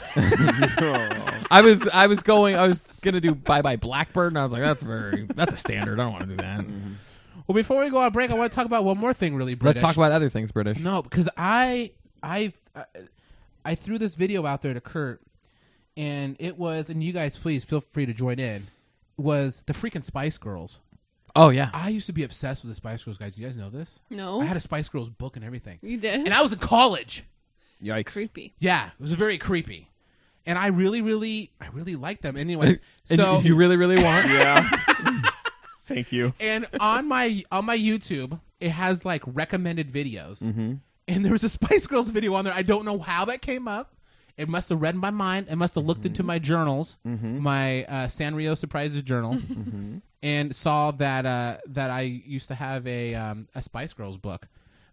I was I was going I was gonna do Bye Bye Blackbird, and I was like, that's very that's a standard. I don't want to do that.
Mm-hmm.
well, before we go on break, I want to talk about one more thing, really.
Let's
British.
talk about other things, British.
No, because I I I threw this video out there to Kurt, and it was, and you guys please feel free to join in. Was the freaking Spice Girls?
Oh yeah,
I used to be obsessed with the Spice Girls, guys. You guys know this?
No,
I had a Spice Girls book and everything,
you did.
and I was in college.
Yikes!
Creepy.
Yeah, it was very creepy, and I really, really, I really liked them. Anyways,
and
so
you- you really really want?
Yeah. Thank you.
and on my on my YouTube, it has like recommended videos, and there was a Spice Girls video on there. I don't know how that came up. It must have read my mind. It must have looked into my journals, my uh, Sanrio surprises journals, and saw that uh, that I used to have a um, a Spice Girls book.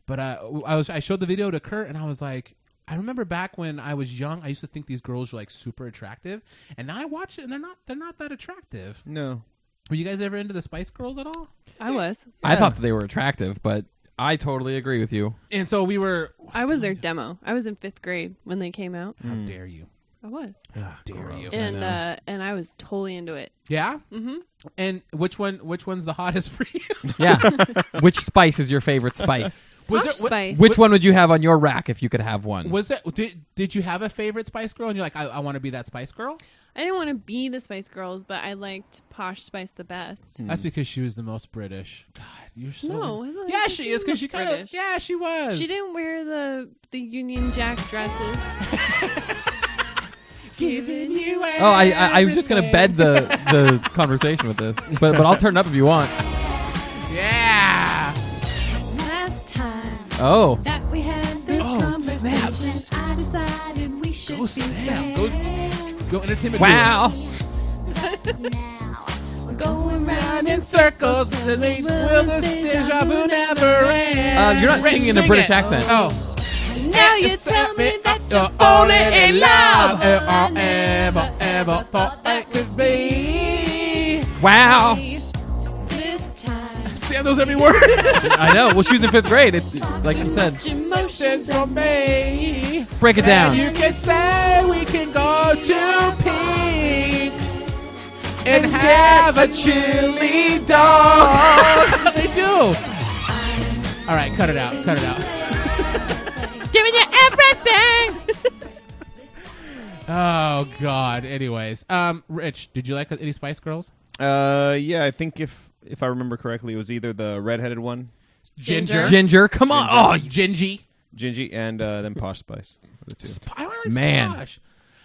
But uh, I was I showed the video to Kurt, and I was like. I remember back when I was young, I used to think these girls were like super attractive, and now I watch it and they're not they're not that attractive.
No.
Were you guys ever into the Spice Girls at all?
I was.
I thought that they were attractive, but I totally agree with you.
And so we were.
I was their demo. I was in fifth grade when they came out.
How dare you?
I was,
How dare you?
and uh, and I was totally into it.
yeah. Mm-hmm. And which one? Which one's the hottest for you?
Yeah. Which spice is your favorite spice?
Was
Posh
wa-
Spice.
Which one would you have on your rack if you could have one?
Was it? Did, did you have a favorite Spice Girl? And you're like, I, I want to be that Spice Girl.
I didn't want to be the Spice Girls, but I liked Posh Spice the best.
Mm.
That's because she was the most British. God, you're so.
No, it wasn't
yeah,
like
she
she
is because
was
she kind of.
British.
Yeah, she was.
She didn't wear the the Union Jack dresses.
Giving you.
oh, I, I I was just gonna bed the the conversation with this, but but I'll turn it up if you want.
Yeah.
Last time
Oh,
that we had this
Go Sam. Go go entertainment.
Wow.
Going round
In circles, will this deja vu never end?
Uh, you're not singing in a British accent.
Oh.
Now you tell me that you're falling in love.
I ever, ever thought that could be.
Wow.
This time,
Sam knows every word.
I know. Well, she was in fifth grade. It, like you said,
Emotions for me.
break it
And
down.
you can say we can go to Pink's and have a chili dog. they do. All right, cut it out. Cut it out.
Giving you everything.
Oh God. Anyways, um, Rich, did you like any Spice Girls?
Uh, yeah, I think if if I remember correctly, it was either the redheaded one,
Ginger.
Ginger, come on. Oh, you-
Gingy.
Gingy, and uh, then Posh Spice. were The two.
I don't like
Man.
Splash.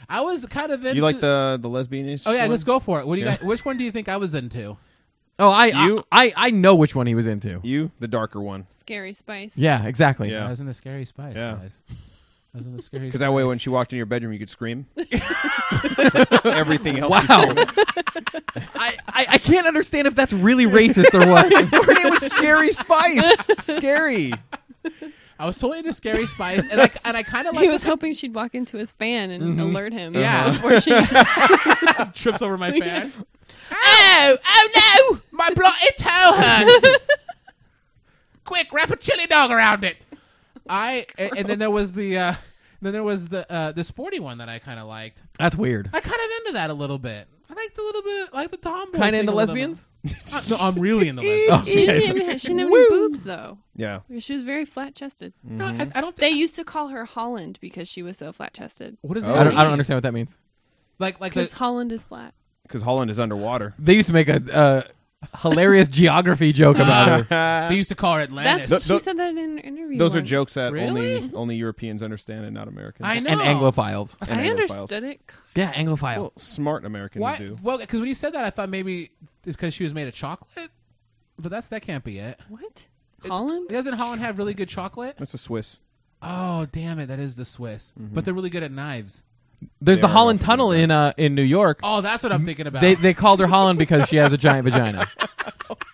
I was kind of into.
You like the the lesbianish?
Oh yeah,
one?
let's go for it. What do you
Yeah.
guys, Which one do you think I was into?
oh, I,
You-
I, I, I know which one he was into.
You the darker one,
Scary Spice.
Yeah, exactly.
Yeah.
I was in the Scary Spice
Yeah.
guys. I was in the Scary.
because
Spice.
that way when she walked in your bedroom, you could scream. Everything else. you
Wow.
screamed.
I, I, I can't understand if that's really racist or what.
it was scary spice. scary.
I was totally into Scary Spice, and like, and I kind of like
He was hoping she'd walk into his fan and
Mm-hmm.
alert him.
Uh-huh.
Yeah.
Before she
trips over my fan.
Oh, oh no.
My blotted toe hurts. Quick, wrap a chili dog around it. I a- and, then there was the uh, then there was the uh, the sporty one that I kind of liked.
That's weird.
I kind of into that a little bit. I liked a little bit like the tomboy. thing
Kind of
a
into
little bit.
lesbians? Oh.
Uh, no, I'm really into lesbians.
she didn't even, she didn't have any boobs though.
Yeah.
She was very flat chested.
No, I, I don't.
They
Think,
used to call her Holland because she was so flat chested.
what is
Oh.
that?
I, don't, I
mean?
don't understand what that means.
Like like
Because
the,
Holland is flat.
Because Holland is underwater.
They used to make a uh, hilarious geography joke about her.
they used to call her Atlantis.
That's
Th-
she
th-
said that in an interview.
Those are
once.
jokes that
Really?
only only Europeans understand and not Americans.
I know.
And Anglophiles.
And
I
Anglophiles.
understood it.
Yeah, Anglophile.
Well, smart Americans
Why?
do.
Well, because when you said that, I thought maybe it's because she was made of chocolate. But that's that can't be it.
What? Holland?
Doesn't Holland have really good chocolate?
That's a Swiss.
Oh damn it! That is the Swiss, but they're really good at knives.
There's the
They are
Holland
also really
Tunnel in uh, in New York.
Oh, that's what I'm thinking about.
They they called her Holland because she has a giant vagina.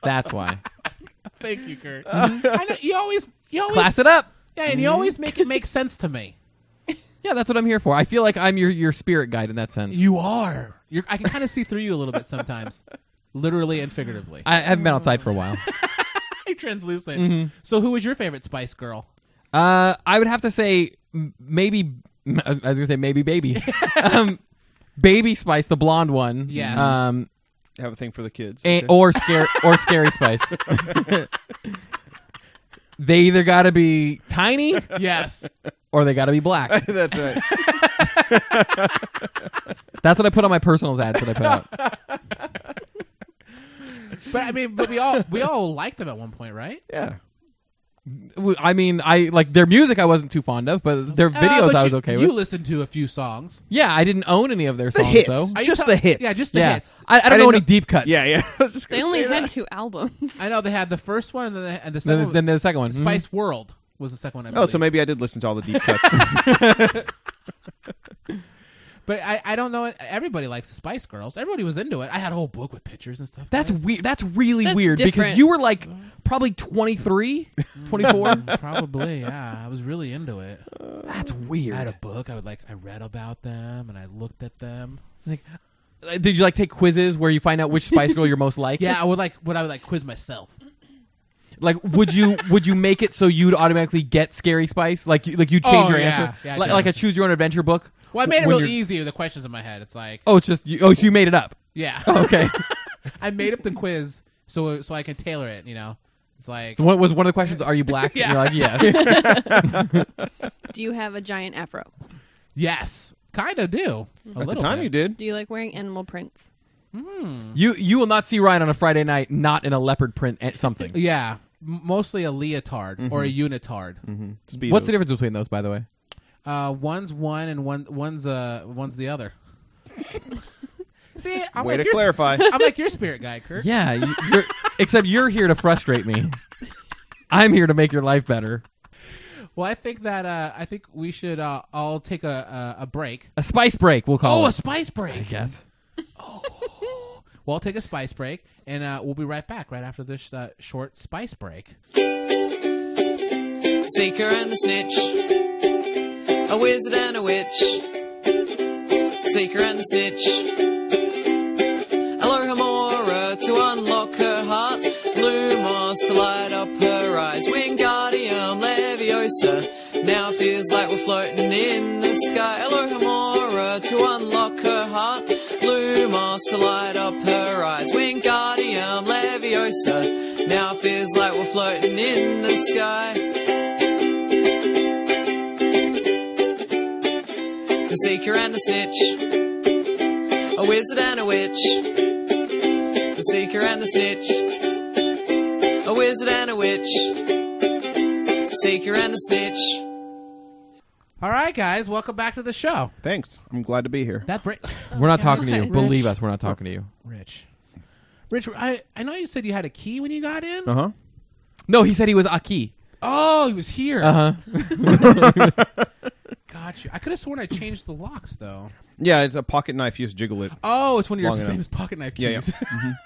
That's why.
Thank you, Kurt. I know you always, you always,
Class it up.
yeah, and you always make it make sense to me.
Yeah, that's what I'm here for. I feel like I'm your your spirit guide in that sense.
You are. You're, I can kind of see through you a little bit sometimes, literally and figuratively.
I haven't been outside for a while.
translucent. So, who was your favorite Spice Girl?
Uh, I would have to say m- maybe. m- I was gonna say maybe baby, um, baby Spice, the blonde one.
Yes.
Um,
Have a thing for the kids.
a-
Okay.
or scary or scary Spice. they either got to be tiny
Yes,
or they got to be black.
That's right.
That's what I put on my personals ads that I put out.
but I mean, but we all we all liked them at one point, right?
Yeah.
W- I mean, I like their music. I wasn't too fond of, but their
Uh,
videos
but
I was
you-
okay
you
with.
listened to a few songs.
yeah, I didn't own any of their songs
hits.
though.
Are you
Just
tell-
the hits.
Yeah, just the
Yeah,
hits.
I, I don't
I
know
didn't
any
know-
deep cuts.
Yeah, yeah. I was just
They
gonna
only
say
had
that.
two albums.
I know they had the first one and then they had the
Then
second.
there's, then
one.
there's the second one. Mhm.
Spice World was the second one. I
Oh, so
believe.
maybe I did listen to all the deep cuts.
But I, I don't know. Everybody likes the Spice Girls. Everybody was into it. I had a whole book with pictures and stuff.
That's weird. That's really
That's
weird because
different.
you were like probably 23, 24.
probably yeah. I was really into it.
That's
I had a
weird.
book. I would like. I read about them and I looked at them.
Like, uh, did you like take quizzes where you find out which Spice Girl you're most like?
Yeah, I would like. What I would like quiz myself.
Like, would you would you make it so you'd automatically get Scary Spice? Like, you, like you change
Oh,
your
yeah.
answer,
Yeah, I
like,
did.
like a choose your own adventure book.
Well, I made it
When
real
you're-
easy with the questions in my head. It's like,
Oh, it's just you, oh, so you made it up.
yeah,
Okay.
I made up the quiz so so I can tailor it. You know, it's like
So what was one of the questions? Are you black?
Yeah.
And you're like yes.
Do you have a giant afro?
yes, kind of do a
At the
little
time
bit.
you did.
Do you like wearing animal prints?
you you will not see Ryan on a Friday night not in a leopard print at something.
Yeah, m- mostly a leotard or a unitard.
Speedos.
What's the difference between those, by the way?
Uh, one's one and one one's uh one's the other. See, I'm
Way
like
to
your-
clarify.
I'm like your spirit guide, Kirk.
Yeah, you, you're, except you're here to frustrate me. I'm here to make your life better.
Well, I think that uh, I think we should uh, all take a a, a break.
A spice break, we'll call
Oh,
it.
a spice break.
I guess.
Well, I'll take a spice break, and uh, we'll be right back right after this uh, short spice break.
seeker and the snitch, a wizard and a witch, seeker and the snitch. Aloha Mora to unlock her heart, Lumos to light up her eyes, Wingardium Leviosa. Now it feels like we're floating in the sky. Aloha Mora to unlock her heart, Lumos to light up her eyes, Wingardium Leviosa. Now it feels like we're floating in the sky. the seeker and the snitch, a wizard and a witch, the seeker and the snitch, a wizard and a witch, seeker and the snitch.
All right, guys, welcome back to the show.
Thanks. I'm glad to be here.
That break,
We're not talking to
okay,
you.
Rich.
Believe us, we're not talking to you.
Rich. Rich, I, I know you said you had a key when you got in.
Uh huh.
No, he said he was Aki.
Oh, he was here.
Uh huh.
Got you. I could have sworn I changed the locks though.
Yeah, it's a pocket knife. You just jiggle it.
Oh, it's one of your
Long enough.
famous pocket knife keys.
Yeah, yeah.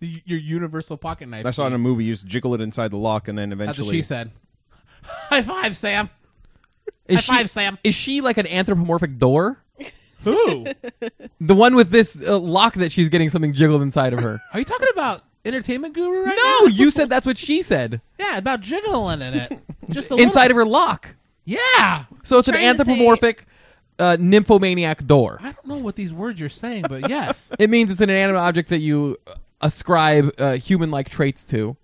The- your universal pocket knife.
I saw it
key.
in a movie. You just jiggle it inside the lock, and then
That's
eventually.
what she said. High five, Sam.
Is
High
she,
five, Sam.
is she like an anthropomorphic door?
Who?
The one with this uh, lock that she's getting something jiggled inside of her.
Are you talking about entertainment guru right now?
No, you said that's what she said.
Yeah, about jiggling in it. Just a
Inside
little.
of her lock.
Yeah.
So it's an
Trying to say-
anthropomorphic uh, nymphomaniac door.
I don't know what these words you're saying, but yes.
It means it's an inanimate object that you uh, ascribe uh, human-like traits to.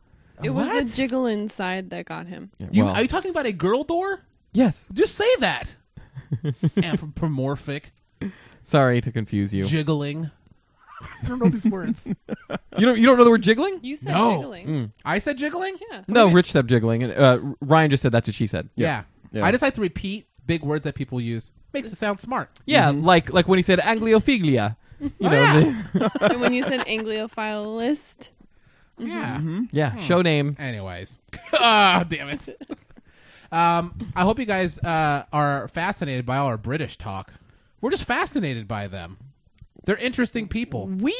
It was
What?
the jiggle inside that got him.
You,
Well,
are you talking about a girl door?
yes.
Just say that. Anthropomorphic,
Sorry to confuse you.
jiggling. I don't know these words.
You don't. You don't know the word jiggling?
You said
No.
jiggling.
I said jiggling?
Yeah.
No, Rich said jiggling, and uh, Ryan just said that's what she said.
Yeah.
Yeah.
I just like to repeat big words that people use. Makes it sound smart.
Yeah, like like when he said angliophilia. You know, yeah.
and when you said anglophilist,
Yeah.
yeah, show name.
Anyways. oh, damn it. Um, I hope you guys uh, are fascinated by all our British talk. We're just fascinated by them. They're interesting people.
We?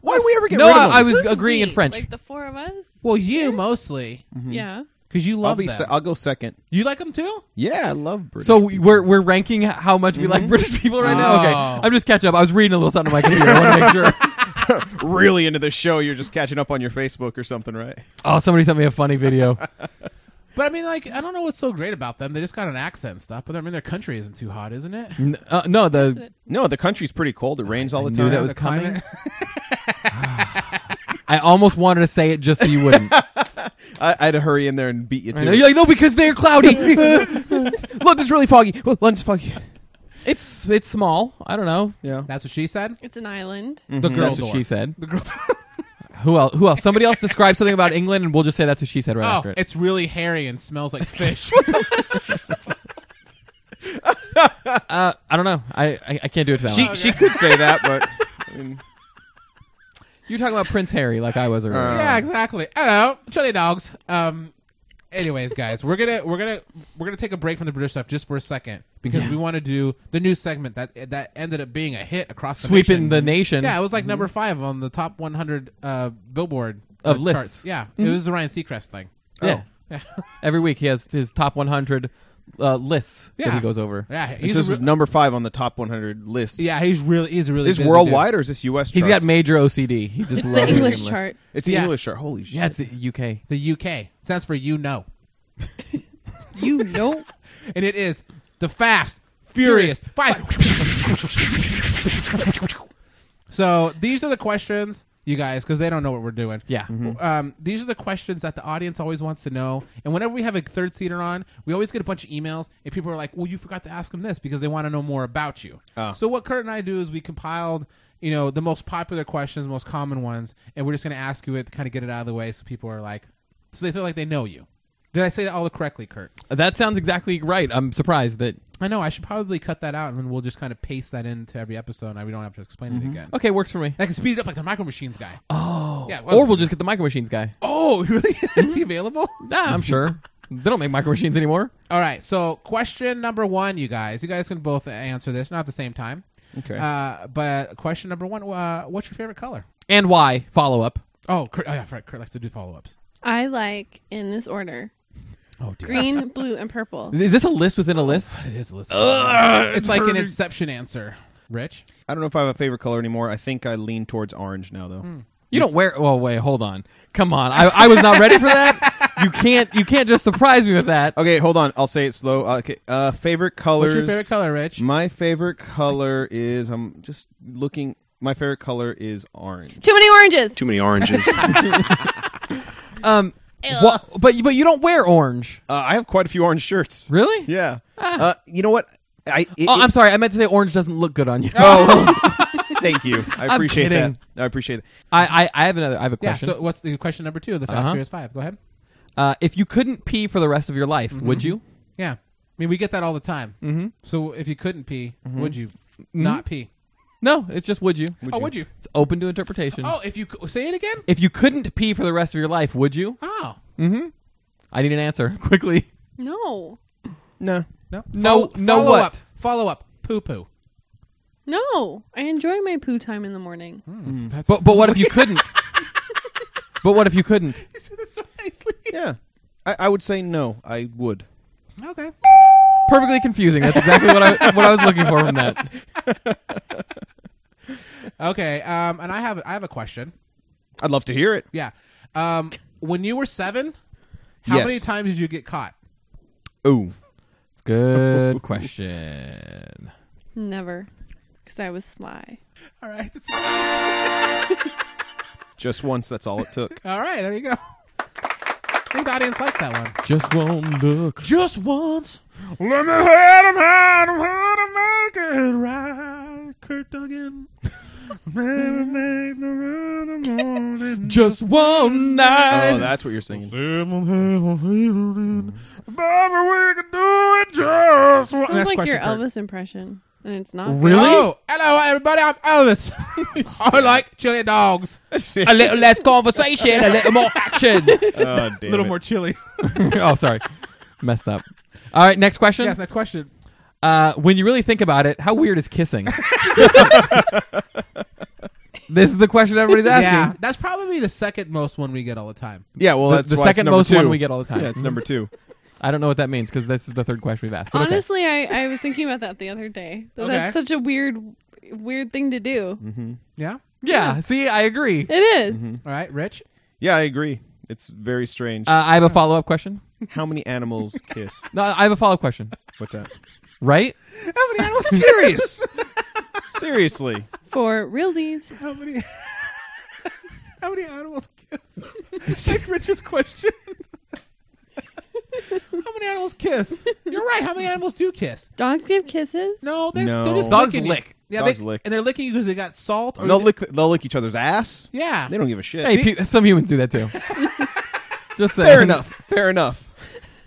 Why do we ever
No,
rid of
I, I
him.
was
Who's
agreeing in
we?
French.
Like the four of us.
Well, you mostly,
Mm-hmm.
Yeah.
because you
I'll
love
be.
them.
Se- I'll go second.
you like them too?
Yeah, I love British.
so
people.
we're we're ranking h- how much we like British people right now.
Oh.
Okay, I'm just catching up. I was reading a little something on my computer. I want to make sure.
really into this show. You're just catching up on your Facebook or something, right?
Oh, somebody sent me a funny video.
But I mean, like, I don't know what's so great about them. They just got an accent and stuff. But I mean, their country isn't too hot, isn't it?
N- uh, no, the
it?
No, the country's pretty cold. It rains all the
knew
time.
that was
The
coming.
climate-
I almost wanted to say it just so you wouldn't.
I, I had to hurry in there and beat you
I
to
know.
it.
You're like, no, because they're cloudy.
London's really foggy. Well, London's foggy.
it's it's small. I don't know.
Yeah.
That's what she said.
It's an island.
The girl
Mm-hmm. That's
door.
what she said.
The girl door.
Who else? Who else? Somebody else describe something about England, and we'll just say that's what she said right
Oh,
after it.
it's really hairy and smells like fish.
Uh, I don't know. I, I I can't do it to that
She
one.
she could say that, but I mean,
You're talking about Prince Harry, like I was earlier.
Uh,
yeah, exactly. Hello, chili dogs. Um. Anyways, guys, we're gonna we're gonna we're gonna take a break from the British stuff just for a second because we want to do the new segment that that ended up being a hit across the
Sweeping
nation.
the nation.
Yeah, it was like number five on the top 100 uh, Billboard
Of
uh,
lists. Mm-hmm.
Charts. Yeah, it was the Ryan Seacrest thing. Oh.
Yeah.
Yeah,
Every week he has his top 100 uh, lists that
Yeah.
he goes over.
yeah,
this
he's a
is
re-
number five on the top 100 list.
yeah, he's really he's a really
Is
busy
worldwide
dude.
or is this U.S.
He's
charts?
got major OCD. He just
It's
loves
the
making
English
lists.
chart.
It's the
Yeah.
English chart. Holy shit!
Yeah, it's the UK.
the UK stands for you know,
You know.
and it is the Fast Furious Five. so these are the questions. You guys, because they don't know what we're doing.
Yeah.
Um, these are the questions that the audience always wants to know. And whenever we have a third seater on, we always get a bunch of emails, and people are like, "Well, you forgot to ask them this because they want to know more about you."
Oh.
So what Kurt and I do is we compiled, you know, the most popular questions, most common ones, and we're just going to ask you it to kind of get it out of the way, so people are like, so they feel like they know you. Did I say that all correctly, Kurt?
That sounds exactly right. I'm surprised that.
I know I should probably cut that out, and then we'll just kind of paste that into every episode, and we don't have to explain it again.
Mm-hmm. Okay, works for me.
I can speed it up like the Micro Machines guy.
Oh.
Yeah, well-
or we'll just get the Micro Machines guy. Mm-hmm.
Oh, really? is he available?
Nah, I'm sure. They don't make micro machines anymore.
All right. So, question number one, you guys. You guys can both answer this, not at the same time.
Okay.
Uh, but question number one: uh, What's your favorite color?
And why? Follow up.
Oh, Kurt, oh yeah, Kurt Kurt likes to do follow-ups.
I like in this order:
Oh, dear.
green, blue, and purple.
Is this a list within a list?
It is a list. it's like an inception answer. Rich,
I don't know if I have a favorite color anymore. I think I lean towards orange now, though.
Hmm.
You don't wear. Well, wait, hold on. Come on. I, I was not ready for that. You can't. You can't just surprise me with that.
Okay, hold on. I'll say it slow. Uh, okay, uh, favorite colors.
what's your favorite color, Rich?
My favorite color is. I'm just looking. My favorite color is orange.
Too many oranges.
Too many oranges.
Um. wha- but you- but you don't wear orange,
Uh, I have quite a few orange shirts.
really? Ah.
Yeah. Uh, you know what? I. It,
Oh,
it-
I'm sorry. I meant to say orange doesn't look good on you.
Oh. Thank you. I appreciate that.
kidding.
I appreciate that.
I, I I have another. I have a
Yeah.
question.
So, what's the question number two of the Fast
Uh-huh.
Furious Five? Go ahead.
uh, if you couldn't pee for the rest of your life,
Mm-hmm.
would you?
Yeah. I mean, we get that all the time. Mm-hmm. So, if you couldn't pee, would you not pee?
No, it's just would you?
oh, would you?
It's open to interpretation.
Oh, if you cou- say it again.
If you couldn't pee for the rest of your life, would you?
Oh
I need an answer quickly.
No,
No.
no.
No-
Follow-
no
Follow
what?
up. Follow up. Poo poo.
no. I enjoy my poo time in the morning.
That's
But but what if you couldn't? but what if you couldn't?
you said it so nicely.
Yeah. I, I would say no. I would.
Okay.
Perfectly confusing. That's exactly what I what I was looking for from that.
Okay. Um, and I have I have a question.
I'd love to hear it.
Yeah. Um, when you were seven, how
Yes.
many times did you get caught?
Ooh.
Good question.
Never, because I was sly.
All right.
Just once. That's all it took.
All right. There you go. I think the audience likes that one.
Just won't look.
Just once. Let me hit him, hit him, hit him, make it right. Kurt Duggan. Never make the rhythm on it.
Just one night.
oh, that's what you're singing.
Next
Sounds like
question,
your
Kurt.
Elvis impression, and it's not. good.
Really?
Oh, hello, everybody. I'm Elvis. I like chili dogs. A
A little less conversation, a little more action.
Oh, damn
little
it.
more chili.
oh, sorry. Messed up. All right, next question.
yes, next question.
Uh, when you really think about it, how weird is kissing? this is the question everybody's
Yeah,
asking.
that's probably the second most one we get all the time.
Yeah, well,
The-
that's
the
why it's
second
number
most
two.
one we get all the time.
Yeah, it's number two.
I don't know what that means because this is the third question we've asked. but okay.
Honestly, I, I was thinking about that the other day. That
Okay.
That's such a weird, weird thing to do.
Mm-hmm.
Yeah.
yeah, See, I agree. Uh,
It is.
All right, Rich.
Yeah, I agree. It's very strange.
I have a follow up question.
How many animals kiss?
No, I have a follow up question.
What's that?
Right?
How many animals?
Serious. Seriously.
For realsies.
how many? how many animals kiss? like Rich's question. how many animals kiss? You're right. How many animals do kiss?
Dogs give kisses.
No, they,
No.
they're just
Dogs
licking you.
lick.
Yeah,
Dogs
they,
lick.
and they're licking you because they got salt. Or
They'll
they-
lick, they'll lick each other's ass.
Yeah,
They don't give a shit.
Hey, pe- some humans do that too. Just saying.
Fair enough. Fair enough.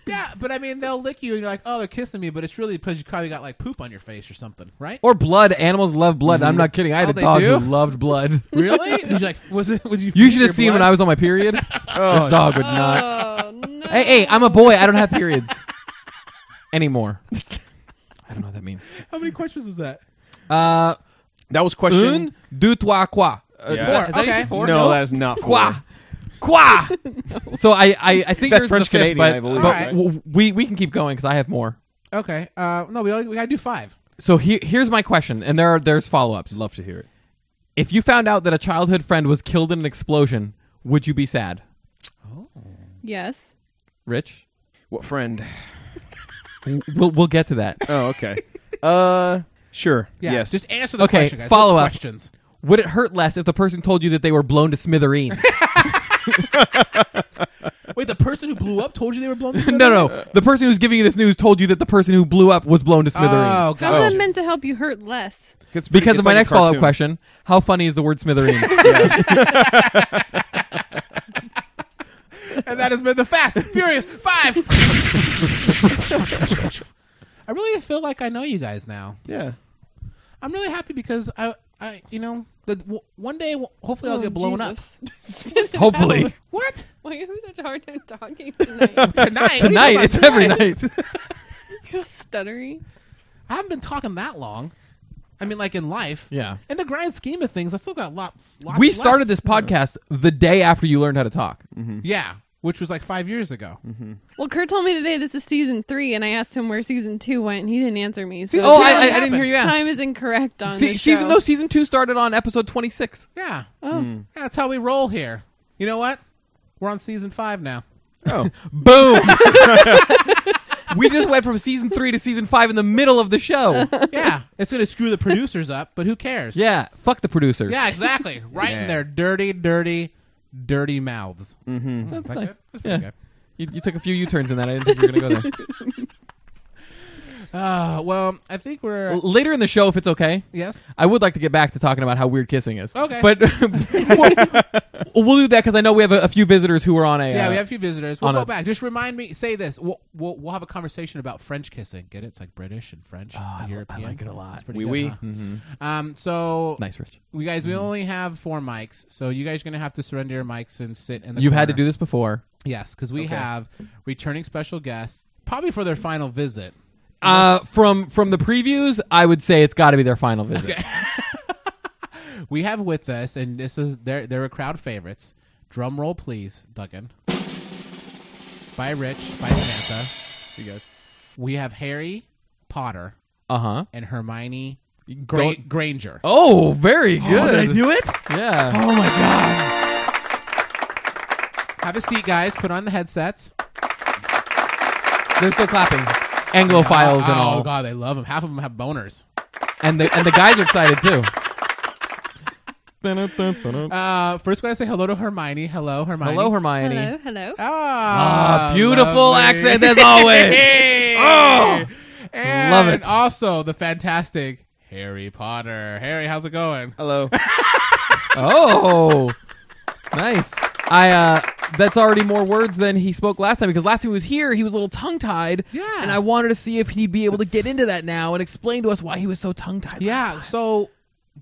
yeah, but I mean, they'll lick you, and you're like, oh, they're kissing me, but it's really because you probably got like poop on your face or something, right?
Or blood. Animals love blood. I'm not kidding. I had
Oh,
a
they
dog
do?
who loved blood.
really? Did you like? Was it? Was you?
You
feed
should
your
have seen when
blood?
I was on my period.
Oh,
this dog would not.
Oh no.
Hey, hey, I'm a boy. I don't have periods anymore. I don't know what that means.
How many questions was that?
Uh,
That was
un,
question.
deux, trois, quoi? Uh,
Yeah.
is that- is that
Four,
actually
okay.
four?
no, that is not
quoi,
four.
quoi. So I, I, I think
That's
there's
French
the fifth,
Canadian,
but,
I believe,
but
right?
w- we we can keep going because I have more.
Okay. Uh, no, we only, we gotta do five.
So he, here's my question, and there are there's follow ups.
Love to hear it.
If you found out that a childhood friend was killed in an explosion, would you be sad,
Yes.
Rich?
What friend?
We'll we'll get to that.
Oh, okay. uh, sure.
Yeah,
yes.
Just answer the
Okay,
question. guys.
follow
No
up.
questions.
Would it hurt less if the person told you that they were blown to smithereens?
Wait, the person who blew up told you they were blown.
no, no. The person who's giving you this news told you that the person who blew up was blown to smithereens.
Oh,
How's
God.
that meant to help you hurt less?
It's pretty-
Because
it's
of my
like a
next follow up
cartoon.
question, how funny is the word smithereens?
and that has been the Fast and Furious Five. I really feel like I know you guys now.
Yeah.
I'm really happy because I I you know the w- one day w- hopefully I'll
Oh,
get blown
up.
Hopefully.
up. What
Why are you having such a hard time talking tonight?
tonight? What do you mean
Tonight,
by
it's every
tonight?
night.
You're stuttery.
I haven't been talking that long. I mean, like in life.
Yeah.
In the grand scheme of things, I still got lots. lots
We
left.
started this podcast the day after you learned how to talk.
Yeah, which was like five years ago.
Mm-hmm.
Well, Kurt told me today this is season three, and I asked him where season two went, and he didn't answer me. So
Season
Oh,
two
I, I,
already
I didn't hear you ask.
time is incorrect on
Se-
this
season
show.
no, season two started on episode twenty six.
Yeah. Mm.
Oh.
That's how we roll here. You know what? We're on season five now.
Oh.
Boom. we just went from season three to season five in the middle of the show.
Yeah, it's gonna screw the producers up, but who cares?
Yeah, fuck the producers.
Yeah, exactly. Right in
Yeah.
their dirty, dirty, dirty mouths.
Mm. that's
Is that
nice.
good? That's
Yeah.
pretty good.
You, you took a few U turns in that. I didn't think you were gonna go there.
Uh, well, I think we're
L- Later in the show, if it's okay,
yes.
I would like to get back to talking about how weird kissing is.
Okay.
but we'll, we'll do that because I know we have a, a few visitors who are on a.
Yeah,
uh,
we have a few visitors. We'll
on
go
a-
back. Just remind me. Say this. We'll, we'll we'll have a conversation about French kissing. Get it? It's like British and French,
Ah,
and
I li- I
European.
like it a lot. Mm-hmm.
It's pretty
Wee
good,
wee.
huh? Um. So
nice, Mm-hmm. Rich.
we guys, we only have four mics, so you guys are gonna have to surrender your mics and sit in the.
You've had to
corner.
do this before.
Yes, because we have returning special guests, probably for their final visit.
Uh, from from the previews, I would say it's got to be their final visit.
We have with us, and this is they're they're a crowd favorites. Drum roll, please, Duggan. By Rich, by Samantha.
See you guys.
We have Harry Potter
Uh huh.
and Hermione Gra- Granger.
Oh, very good.
it?
Yeah.
Oh my god! Have a seat, guys. Put on the headsets.
They're still clapping. Anglophiles
oh,
and all.
Oh god, they love them. Half of them have boners.
And the and the guys are excited too.
Uh, first, gotta say hello to Hermione. Hello, Hermione.
Hello, Hermione.
Hello, hello.
Uh,
Ah,
Ah, beautiful
lovely.
accent as always.
Hey!
Oh!
and
Love it.
Also, the fantastic Harry Potter. Harry, how's it going?
Hello.
oh, nice. I uh, that's already more words than he spoke last time because last time he was here, he was a little tongue tied.
Yeah.
And I wanted to see if he'd be able to get into that now and explain to us why he was so tongue tied.
Yeah. So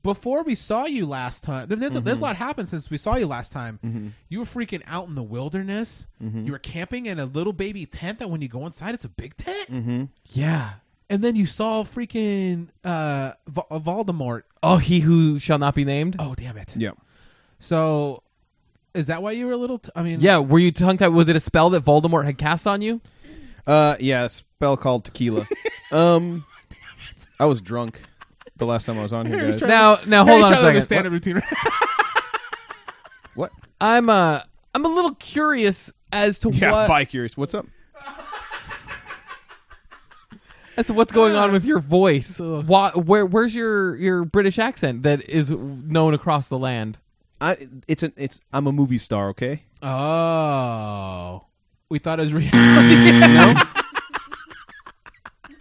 before we saw you last time, there- there's, a,
Mm-hmm.
there's a lot happened since we saw you last time. You were freaking out in the wilderness.
Mm-hmm.
You were camping in a little baby tent that when you go inside, it's a big tent.
Mm-hmm. Yeah.
And then you saw freaking uh, v- Voldemort.
Oh, he who shall not be named.
Oh damn it!
Yep.
So is that why you were a little? T- I mean,
Yeah, were you tongue tied? Was it a spell that Voldemort had cast on you?
Uh, yeah, a spell called tequila. um, I was drunk the last time I was on here, guys.
Now, now
Harry's
hold on
trying to
a
understand
second.
the routine.
What?
I'm uh, I'm a little curious as to
Yeah,
what
bi curious. What's up?
as to what's going on with your voice. Why, where where's your your British accent that is known across the land?
I it's an it's I'm a movie star, okay?
Oh. We thought it was reality.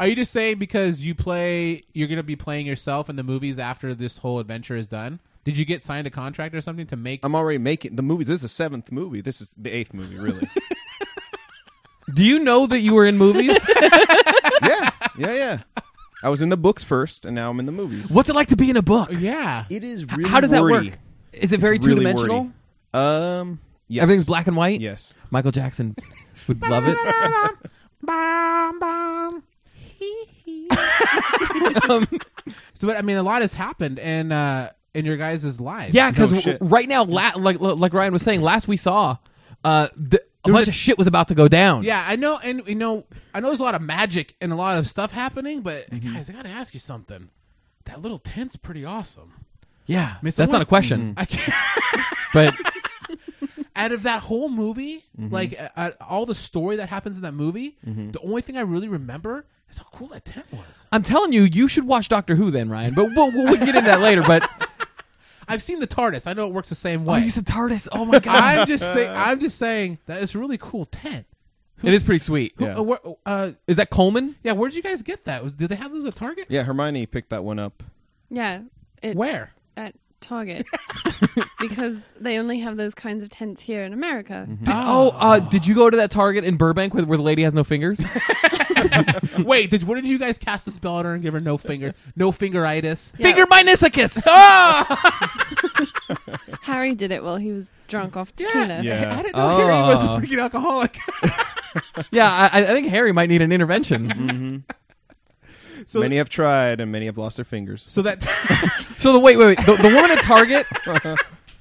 Are you just saying because you play you're gonna be playing yourself in the movies after this whole adventure is done? Did you get signed a contract or something to make
I'm already making the movies. This is the seventh movie. This is the eighth movie, really.
Do you know that you were in movies?
yeah, yeah, yeah. I was in the books first, and now I'm in the movies.
what's it like to be in a book?
Yeah.
It is really.
How does that
wordy.
work? Is it very
It's really
two dimensional?
wordy. Um. Yes.
Everything's black and white.
Yes.
Michael Jackson would love it.
Bom, bom. Um, So but I mean a lot has happened in uh in your guys' lives.
Yeah, because
No shit.
right now, la- like like Ryan was saying, last we saw, uh, the, a bunch
a-
of shit was about to go down.
Yeah, I know, and you know, I know there's a lot of magic and a lot of stuff happening, but
Mm-hmm.
guys, I gotta ask you something. That little tent's pretty awesome.
yeah.
Miss
That's not a
Olaf-
question,
I can't,
but
out of that whole movie,
Mm-hmm.
like uh, uh, all the story that happens in that movie, the only thing I really remember is how cool that tent was.
I'm telling you, you should watch Doctor Who then, Ryan. But we'll, we'll, we'll get into that later. But
I've seen the TARDIS. I know it works the same
oh,
way.
you said TARDIS. Oh my god,
I'm just saying. I'm just saying that it's a really cool tent.
it is pretty sweet.
Who, uh, where, uh,
Is that Coleman?
yeah, where'd you guys get that? Was, did they have those at Target?
Yeah, Hermione picked that one up.
Yeah, it,
Where?
at Target because they only have those kinds of tents here in America.
Mm-hmm.
Ah. Did- oh, uh, did you go to that Target in Burbank where, where the lady has no fingers?
Wait, did what did you guys cast a spell on her and give her no finger, no fingeritis?
Finger minusicus.
Harry did it while he was drunk off tequila.
Yeah.
I, I didn't know Harry was
Oh.
a freaking alcoholic.
yeah, I, I think Harry might need an intervention.
So-
many have tried, and many have lost their fingers.
so that
so the wait, wait, wait. The, the woman at Target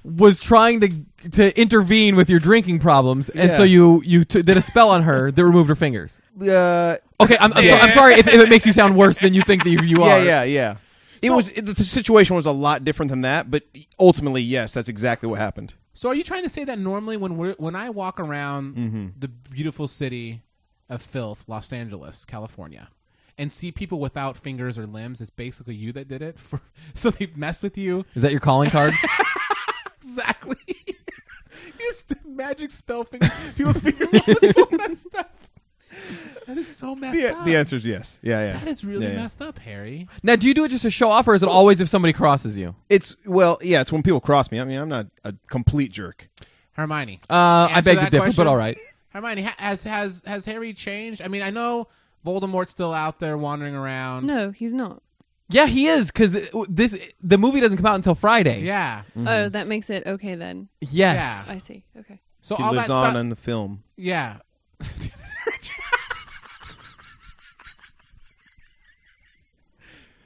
was trying to to intervene with your drinking problems, and
Yeah.
so you you t- did a spell on her that removed her fingers.
Uh,
Okay, I'm, I'm, so- I'm sorry if, if it makes you sound worse than you think that you, you
yeah,
are.
yeah, yeah. It was it, the situation was a lot different than that, but ultimately, yes, that's exactly what happened.
So are you trying to say that normally when we're when I walk around the beautiful city of filth, Los Angeles, California, and see people without fingers or limbs, it's basically you that did it. For, so they messed with you
Is that your calling card?
exactly. you just magic spell fingers, people's fingers. off. It's so messed up. That is so messed
The,
up.
the answer is yes. Yeah, yeah.
That is really
Yeah, yeah.
messed up, Harry.
now, do you do it just to show off, or is it always if somebody crosses you?
It's well, yeah. It's when people cross me. I mean, I'm not a complete jerk.
Hermione.
Uh, I
Answer
beg to
that
differ,
question.
but all right.
Hermione ha- has has has Harry changed? I mean, I know Voldemort's still out there wandering around.
No, he's not.
Yeah, he is because this the movie doesn't come out until Friday.
Yeah.
Mm.
Oh, that makes it okay then.
Yes.
Yeah.
I see. Okay.
So
He
all
lives
that
on
stuff.
in the film.
Yeah.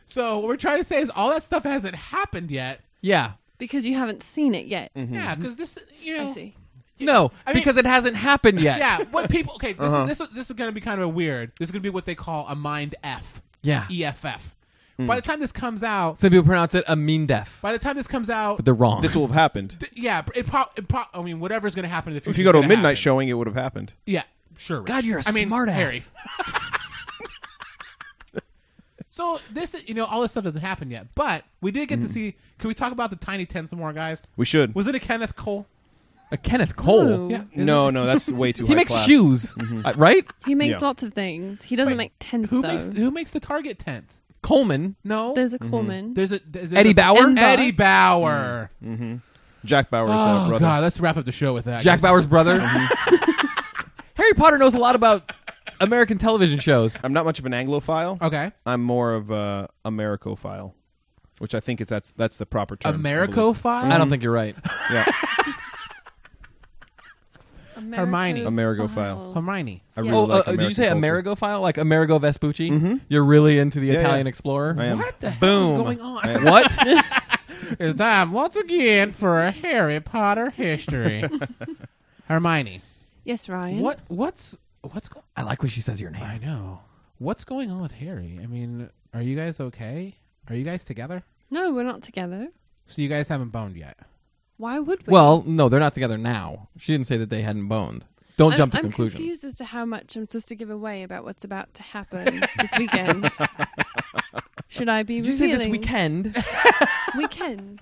so what we're trying to say is all that stuff hasn't happened yet.
Yeah.
Because you haven't seen it yet.
Mm-hmm.
Yeah, because this, you know,
I see.
No,
I mean-
because it hasn't happened yet.
yeah. What people? Okay, this
Uh-huh.
is this is this is going to be kind of weird. This is going to be what they call a mind f.
Yeah.
EFF.
Hmm.
By the time this comes out,
Some people pronounce it a mean deaf,
by the time this comes out,
but they're wrong.
This will have happened.
th- yeah, it pro- it pro- I mean, whatever's going to happen in the future.
If you go
is
to a
gonna
midnight
happen.
showing, it would have happened.
Yeah, sure. Rich.
God, you're a
I mean,
smartass.
Harry. so this, is, you know, all this stuff doesn't happen yet, but we did
Hmm.
get to see. Can we talk about the Tiny Ten some more, guys?
We should.
Was it a Kenneth Cole?
a Kenneth Cole.
Ooh.
Oh, Yeah. Is
no, no, that's way too.
He
high
makes
class. Mm-hmm.
shoes, uh, right?
He makes
Yeah.
lots of things. He doesn't make tents
it- Who
though.
makes who makes the Mm-hmm. Target tents?
Coleman,
No,
There's a Coleman.
there's a there's
Eddie
a-
Bauer,
And-
Eddie Bauer.
Jack Bauer's uh,
Oh
Hmm. brother.
God, let's wrap up the show with that.
Jack
guys.
Bauer's brother.
Mm-hmm.
Harry Potter knows a lot about American television shows.
I'm not much of an Anglophile.
Okay,
I'm more of a Americophile, which I think is that's that's the proper term.
Americo Five.
I don't think you're right.
I believe. Yeah,
Hermione.
Amerigo
Hermione.
I
Yeah.
really
Oh,
like
uh, did you say
American Mm-hmm.
Amerigo file? Like Amerigo Vespucci? You're really into the
yeah.
Italian explorer.
culture. I am.
What the
Boom.
hell is going on?
I am.
What?
It's time once again for a Harry Potter history. Hermione,
Yes, Ryan.
what what's what's going?
I like when she says your
I
name.
know what's going on with Harry. I mean, are you guys okay? Are you guys together?
No, we're not together.
So you guys haven't boned yet.
Why would we?
Well, no, they're not together now. She didn't say that they hadn't boned. Don't
I'm,
jump to
I'm
conclusions.
confused as to how much I'm supposed to give away about what's about to happen this weekend. Should I be
You say this
revealing-
weekend.
Weekend.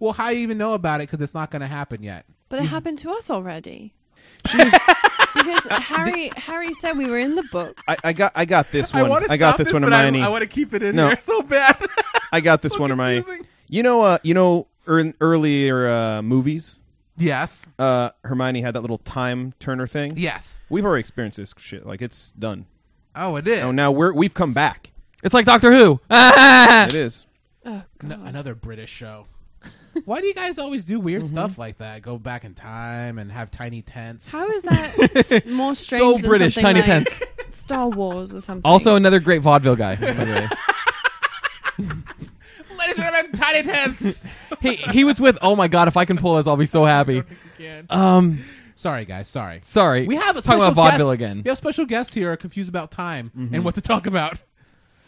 Well, how do you even know about it? Because it's not going to happen yet.
But it happened to us already. because Harry Harry said we were in the book.
I, I got I got this one. I, got this one, Hermione. I,
to keep it in
No. here
so bad.
got this one, Hermione. You know, uh, you know, ear- earlier uh, movies,
yes,
uh, Hermione had that little time turner thing.
yes.
We've already experienced this shit. Like it's done.
Oh, it is.
Oh, now we're we've come back.
It's like Doctor Who.
It is.
oh,
No,
God.
another British show. Why do you guys always do weird
Mm-hmm.
stuff like that? Go back in time and have tiny tents.
How is that more strange
So
than
British,
something
tiny
like
pants.
Star Wars or something.
also, another great vaudeville guy. By the way.
Ladies and gentlemen, tiny tents.
he he was with. Oh my god! If I can pull this, I'll be so happy. Um,
Sorry, guys. Sorry.
sorry.
We have a
talking
special
about vaudeville
guest.
again. Mm-hmm.
We have special guests here, are confused about time and what to talk about.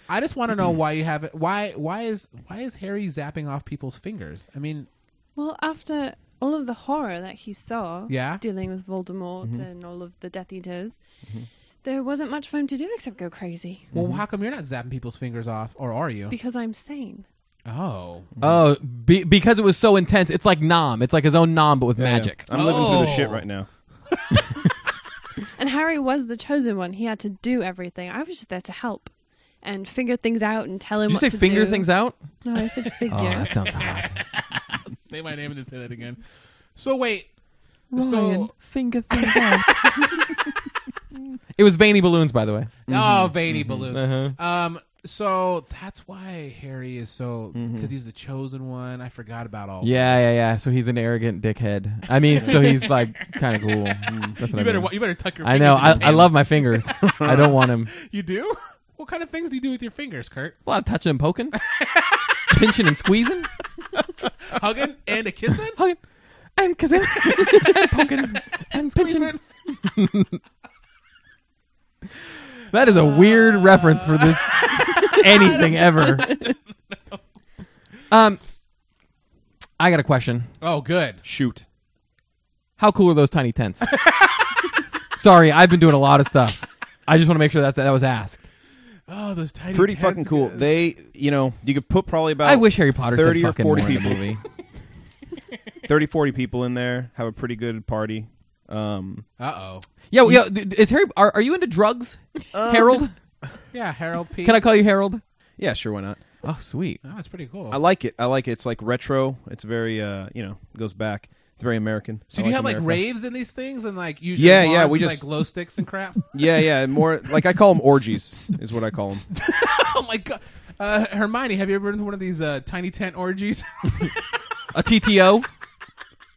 I just want to know why you have it. Why? Why is why is Harry zapping off people's fingers? I mean,
Well, after all of the horror that he saw,
Yeah.
dealing with Voldemort
Mm-hmm.
and all of the Death Eaters, there wasn't much for him to do except go crazy
Mm.
well,
Mm-hmm.
how come you're not zapping people's fingers off, or are you?
because I'm sane.
oh,
Oh, be, because it was so intense. It's like Nom. It's like his own Nom, but with magic.
I'm living through
Oh.
the shit right now.
And Harry was the chosen one; he had to do everything. I was just there to help and figure things out and tell him.
Did you
what
say
to
finger
do.
things out?
No, I said figure.
Oh, that sounds hot.
say my name and then say that again. So oh, wait.
Ryan,
So
finger things out. It was veiny balloons, by the way.
Oh, veiny balloons.
Mm-hmm. Uh-huh.
Um, so that's why Harry is so because he's the chosen one. I forgot about all.
Mm-hmm. Yeah,
this.
yeah, yeah. So he's an arrogant dickhead. I mean, so he's like kind of cool. Mm, That's what I
You better
mean.
wa- you better tuck your.
I
fingers
know.
in your
I, I
pants.
love my fingers. I don't want him.
You do? What kind of things do you do with your fingers, Kurt?
A lot of touching and poking, pinching and squeezing,
Hugging and a kissing?
hugging, and kissing, and poking, and pinching.
Squeezing?
That is a weird reference for this anything ever. Um, I got a question.
Oh, good.
Shoot.
How cool are those tiny tents? Sorry, I've been doing a lot of stuff. I just want to make sure that's that was asked.
Oh, those tiny.
Pretty
tents
fucking cool.
again.
They, you know, you could put probably about
I wish Harry Potter
30
said
or
fucking
40
more in the
people.
movie.
30, 40 people in there, have a pretty good party. Um,
Uh oh.
Yeah, yeah. d- d- Is Harry? Are, are you into drugs,
Um,
Harold?
Yeah, Harold P.
Can I call you Harold?
yeah, sure, why not?
Oh, sweet.
Oh, that's pretty cool.
I like it. I like it. It's like retro. It's very, uh, you know, it goes back. It's very American.
so
I
do you have like
America.
raves in these things and like you?
Yeah, yeah, we
like
just-
glow sticks and crap.
Yeah, yeah. More like I call them orgies, is what I call them.
oh my god, uh, Hermione, have you ever been to one of these uh, tiny tent orgies?
A TTO.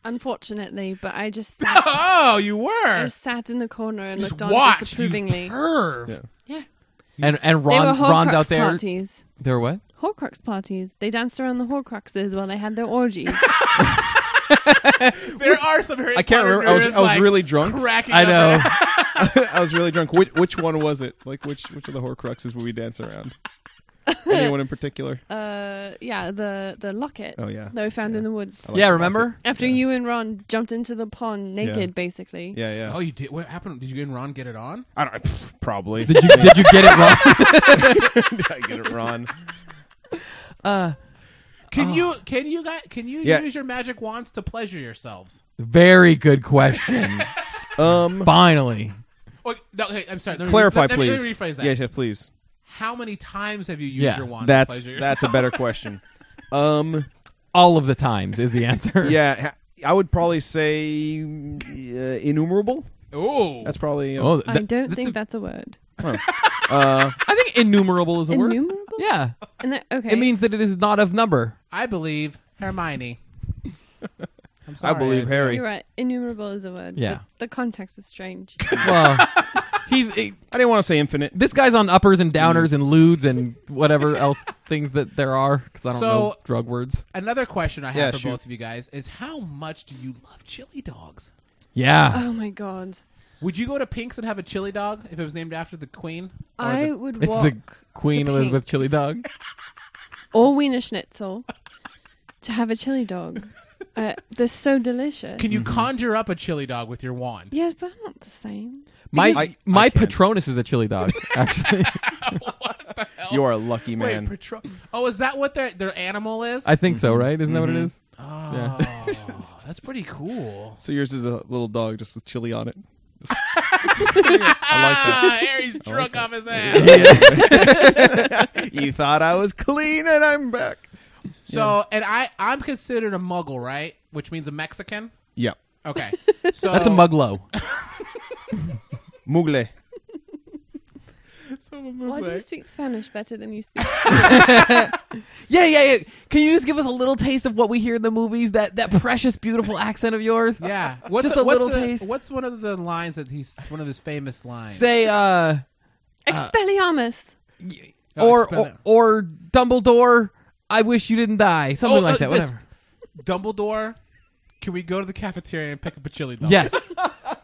Unfortunately, but I just sat,
oh, you
I
were.
just sat in the corner and
Just
looked on
watch, you
disapprovingly.
perv.
Yeah.
Yeah,
And and
they were
Ron
Horcrux
Ron's out there.
parties.
There what?
Horcrux parties. They danced around the Horcruxes while they had their orgies.
There are some. Harry
I can't
Potter
remember. I was,
nerds,
I was
like,
really drunk.
cracking.
I
up
know.
at-
I was really drunk. Which, which one was it? Like which which of the Horcruxes would we dance around? Anyone in particular?
uh, yeah, the the locket
Oh yeah.
that we found in the woods.
I like
yeah,
the
remember?
After you and Ron jumped into the pond naked, basically.
Yeah, yeah.
Oh, you did. What happened? Did you and Ron get it on?
I don't. pff, Probably.
Did you did you get it wrong?
I get it, Ron?
Uh,
Can you? Can you guys? Can you
Oh. Yeah.
use your magic wands to pleasure yourselves?
very good question.
Um,
Finally,
Or, no, okay, I'm sorry. Let me-
clarify,
let- let me- Let
please.
me rephrase that.
Yeah, yeah, please.
How many times have you used
Yeah,
your wand to
That's
pleasure yourself?
that's a better question. Um,
all of the times is the answer.
yeah, ha- I would probably say uh, innumerable.
Ooh.
That's probably. Uh,
Oh,
I
th-
don't
that's
think
a-
that's a word.
uh,
I think innumerable is a word.
Innumerable?
Yeah,
And that, okay.
it means that it is not of number.
I believe Hermione. I'm
I
sorry.
believe Harry.
You're right. Innumerable is a word.
Yeah.
But the context was strange.
Well, he's he-
I didn't want to say infinite.
this guy's on uppers and downers and lewds and whatever else things that there are because I don't
So-
know drug words.
Another question I have
Yeah,
for
shoot.
both of you guys is how much do you love chili dogs?
Yeah,
oh my god.
Would you go to Pink's and have a chili dog if it was named after the queen? Or
I
the-
would
it's
walk
the Queen
to
Elizabeth
Pink's
chili dog.
or Wiener Schnitzel to have a chili dog. Uh, they're so delicious.
can you
Mm-hmm.
conjure up a chili dog with your wand?
Yes, but not the same.
My
I-
my
I can.
Patronus is a chili dog. Actually,
what the hell?
You are a lucky
Wait,
man.
patro- oh, is that what their their animal is?
I think
Mm-hmm.
so, right? Isn't that what it is?
oh, that's pretty cool.
so yours is a little dog just with chili on it.
Ah, Harry's drunk off his ass.
you thought I was clean and I'm back.
So, and I I'm considered a muggle, right? Which means a Mexican.
Yeah.
Okay, so
Oh.
That's a muglo.
Mugle.
So I'm a
Why do you
muggle.
speak Spanish better than you speak?
Uh. Yeah, yeah, yeah. Can you just give us a little taste of what we hear in the movies? That that precious, beautiful accent of yours.
Yeah, what's
Just a
what's
little taste.
What's one of the lines that he's one of his famous lines?
Say, uh,
Expelliarmus.
Oh,
or,
expel-
or or Dumbledore. I wish you didn't die. Something
Oh,
like
uh,
that.
this-
Whatever.
Dumbledore, can we go to the cafeteria and pick up a chili dog?
Yes.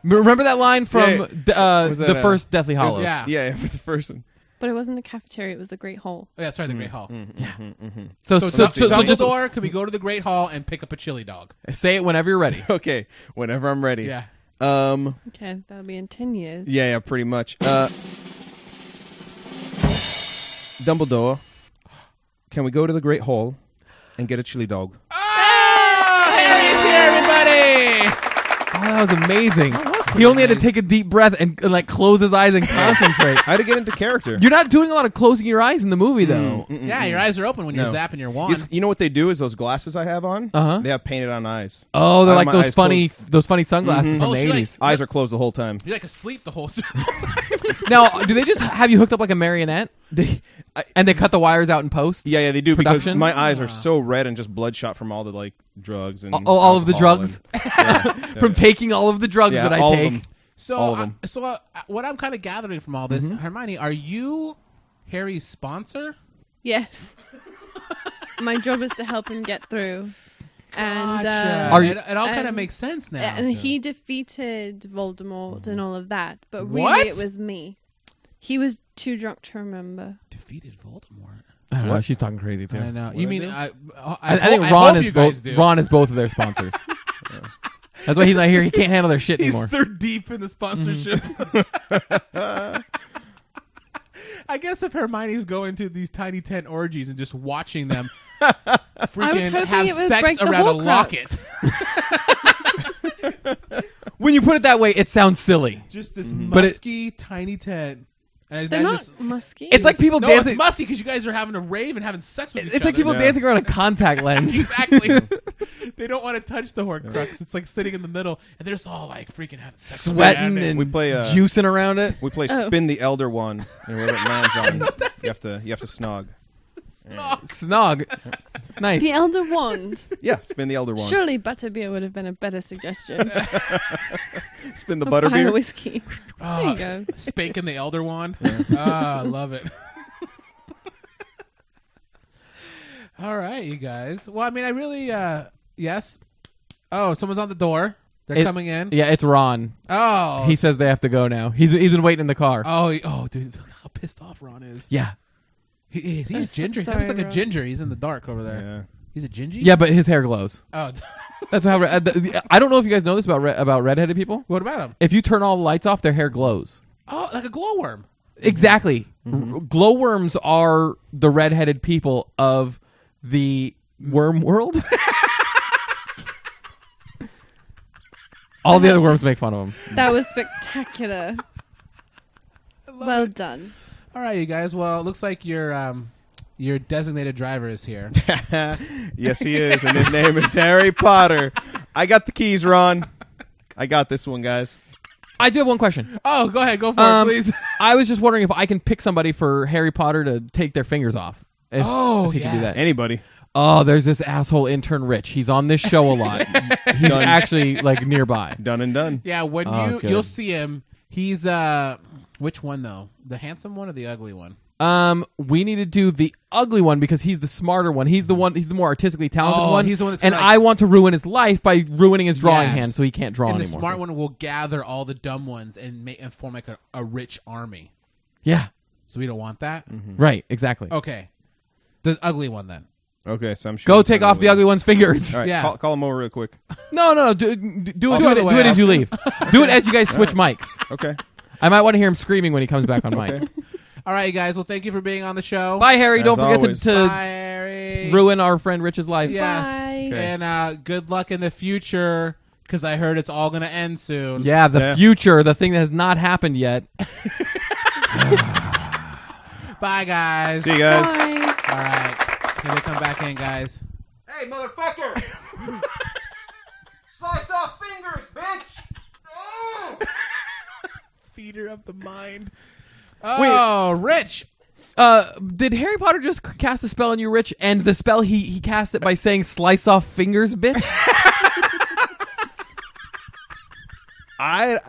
Remember that line from
Yeah.
d- uh,
Was
the
that, uh,
first Deathly Hollows?
Yeah.
Yeah, yeah, with the first one.
But it wasn't the cafeteria, it was the Great Hall.
Oh, yeah, sorry,
Mm-hmm.
the Great Hall.
So
So,
so, so, so,
Dumbledore,
just
can we go to the Great Hall and pick up a chili dog?
say it whenever you're ready.
Okay, whenever I'm ready.
Yeah.
Um.
Okay, that'll be in 10 years.
Yeah, yeah, pretty much. Uh, Dumbledore, can we go to the Great Hall and get a chili dog?
Hey, everybody!
Oh, that was amazing. He only had to take a deep breath and, and, like close his eyes and concentrate.
How to get into character?
You're not doing a lot of closing your eyes in the movie though.
Yeah, your eyes are open when you're
Mm-hmm. No.
zapping your
It's-
wand.
you know what they do is those glasses I have on.
Uh-huh.
They have painted on eyes.
Oh, they're
I have
like
my
those
eyes
funny
closed.
those funny sunglasses from
Oh,
the
so you're like-
80s.
Eyes are closed the whole time.
You're like asleep the whole time.
now, do they just have you hooked up like a marionette
They, I,
and they cut the wires out in post?
yeah, yeah, they do
Production? Ah.
because my eyes are so red and just bloodshot from all the like drugs and
Oh, oh, all of the
alcohol
drugs?
and- yeah, yeah,
From
yeah.
taking all of the drugs
Yeah,
that I
all of
take.
them.
So,
All of
I-
them. Mm-hmm.
so uh, what I'm kind of gathering from all this, Hermione, are you Harry's sponsor?
Yes. My job is to help him get through. And
Gotcha.
uh,
Are you-
it, it all kind of
um,
makes sense now.
and he defeated Voldemort and all of that, but really
What?
it was me. He was too drunk to remember.
defeated Voldemort.
I don't know. She's talking crazy too.
I know. you mean I? I,
I, I
ho-
think
I
Ron
hope
is
you guys
both.
do.
Ron is both of their sponsors. That's why he's not here. He can't handle their shit
He's
anymore.
third deep in the sponsorship. I guess if Hermione's going to these tiny tent orgies and just watching them freaking
hoping
have
it would
sex
break the
around a
Horcrux.
locket,
when you put it that way, it sounds silly.
just this
But it-
musky tiny tent, and I
They're
imagine
not
just-
musky.
It's like people
no,
dancing.
it's musky because you guys are having a rave and having sex with each
It's like
other.
people
Yeah.
dancing around a contact lens.
exactly. they don't want to touch the Horcrux. It's like sitting in the middle, and they're just all like freaking having sex around
Sweating
it.
and
We play, uh,
juicing around it.
We play
Oh.
spin the elder one, and wherever it lands on, you have to you have to snog.
Snog. Nice.
the Elder Wand.
Yeah, spin the elder one.
Surely butterbeer would have been a better suggestion.
Spin the
Or fire
butterbeer.
whiskey. There
Ah,
you go.
spanking the elder wand. Ah, love it. All right, you guys. Well, I mean, I really uh yes. Oh, someone's on the door. They're
It-
coming in.
yeah, it's Ron.
Oh.
He says they have to go now. He's he's been waiting in the car.
Oh, he- oh, dude, look how pissed off Ron is.
yeah.
He, he- he's
I'm
a
so
ginger. He
sorry,
looks like a
Ron.
ginger. He's in the dark over there.
Yeah.
He's a ginger?
Yeah, but his hair glows.
Oh.
That's how. Uh, the, I don't know if you guys know this about re- about redheaded people.
what about him?
If you turn all the lights off, their hair glows.
Oh, like a glowworm.
Exactly.
Mm-hmm.
R- glowworms are the redheaded people of the worm world. all the other worms make fun of them.
That was spectacular. well done.
All right, you guys. Well, it looks like your um your designated driver is here.
yes, he is, and his name is Harry Potter. I got the keys, Ron. I got this one, guys.
I do have one question.
oh, go ahead. Go for
Um,
it, please.
I was just wondering if I can pick somebody for Harry Potter to take their fingers off. If,
Oh,
if he can do
yes.
that.
Anybody?
Oh, there's this asshole intern Rich. He's on this show a lot. He's
Done.
actually like nearby.
Done and done.
Yeah, when
Oh,
you
good.
you'll see him, he's uh which one though? The handsome one or the ugly one?
Um, we need to do the ugly one because he's the smarter one. He's the one. He's the more artistically talented
Oh,
one.
and he's the one that's
and
like-
I want to ruin his life by ruining his drawing
Yes.
hand, so he can't draw
and the
anymore.
smart one will gather all the dumb ones and make and form like a, a rich army.
Yeah.
So we don't want that.
Right. Exactly.
Okay, the ugly one then.
Okay, so I'm sure.
Go take off the ugly one's fingers.
All right,
Yeah.
call, call him over real quick.
No, no, no. Do, do, do it.
the
Do it,
other
do it
way.
as you leave. do it as you guys switch mics.
Okay.
I might want to hear him screaming when he comes back on mic.
Okay.
All right, you guys. Well, thank you for being on the show.
Bye, Harry.
As
Don't forget
always.
to,
Bye,
to
Harry.
ruin our friend Rich's life.
Yes.
Bye.
Okay.
And uh, good luck in the future because I heard it's all gonna end soon.
Yeah, the
Yeah.
future, the thing that has not happened yet.
Bye, guys.
See you guys.
Bye.
All right. Here they come back in, guys.
Hey, motherfucker! Slice off fingers, bitch! Oh!
Feeder of the mind. Oh, Rich.
Uh, did Harry Potter just c- cast a spell on you, Rich? And the spell he he cast it by saying "slice off fingers, bitch."
I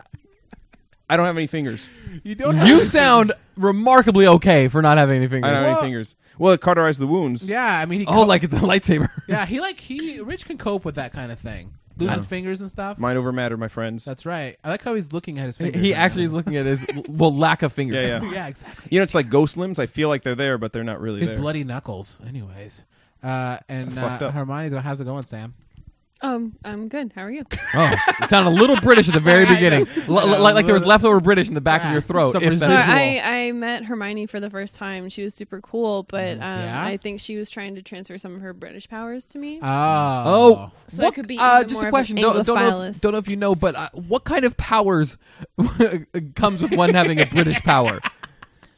I don't have any fingers.
You don't have
you sound remarkably okay for not having any
I
fingers.
don't have any fingers. Well, it cauterized the wounds.
Yeah, I mean, he
Oh, like it's a lightsaber.
yeah, he like he Rich can cope with that kind of thing, losing fingers and stuff.
Mind over matter, my friends.
That's right. I like how he's looking at his fingers.
he
right
actually
now.
is looking at his well lack of fingers.
Yeah, yeah.
Yeah, exactly.
you know, it's like ghost limbs. I feel like they're there, but they're not really
His
there.
bloody knuckles. Anyways, uh, and
That's fucked
uh,
up.
Hermione's. How's it going, Sam?
Um, I'm good. How are you?
Oh, it sounded a little British at the very
I know.
beginning, L-
Yeah,
l- like, like there was
little-
leftover British in the back of
Yeah,
your throat.
some
if that's-
So
residual.
I, I met Hermione for the first time. She was super cool, but um,
Yeah? Uh,
I think she was trying to transfer some of her British powers to me.
Oh.
so I
What-
could be
uh,
even
just
more
a
of
question.
an
Don't, don't, know if,
Anglophilist.
don't know if you know, but uh, what kind of powers comes with one having a British power?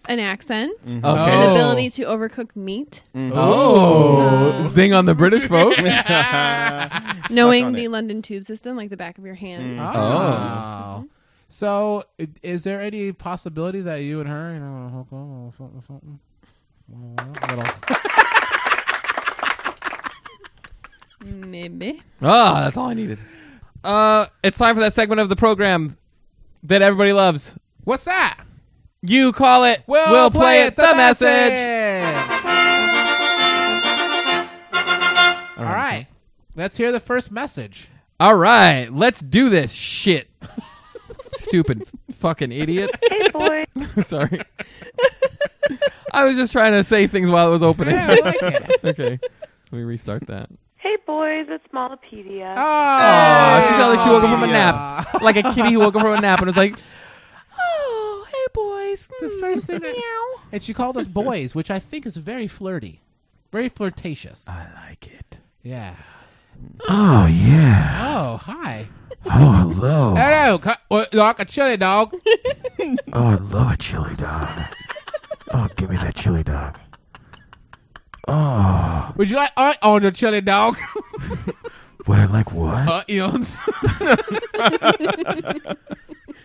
an accent,
Okay.
an
Oh. Mm.
ability to overcook meat,
Oh,
Oh.
zing on the British folks.
knowing
on
the
it.
London tube system like the back of your hand.
Mm.
Oh. So, i- is there any possibility that you and her, you know, hook up or something, something? Little-
Mm, Maybe.
Ah, that's all I needed. Uh, it's time for that segment of the program that everybody loves.
What's that?
You call it. We'll, play, it. The, message.
All right. Let's hear the first message.
All right, let's do this shit. Stupid fucking idiot. Hey boy. Sorry. I was just trying to say things while it was opening.
Yeah, I like it.
okay. Let me restart that.
Hey boys, it's Malapedia.
Aw,
Oh,
she sounded like she woke up from a nap. Like a kitty who woke up from a nap and was like, Oh, hey boys.
The
Hmm,
first thing that-
meow."
And she called us boys, which I think is very flirty, very flirtatious.
I like it.
Yeah.
Oh yeah.
Oh, hi.
Oh hello.
Hello, cu- uh, like a chili dog.
Oh, I love a chili dog. Oh, give me that chili dog. Oh,
Would you like art on your chili dog? Uh,
would I like what?
Onions.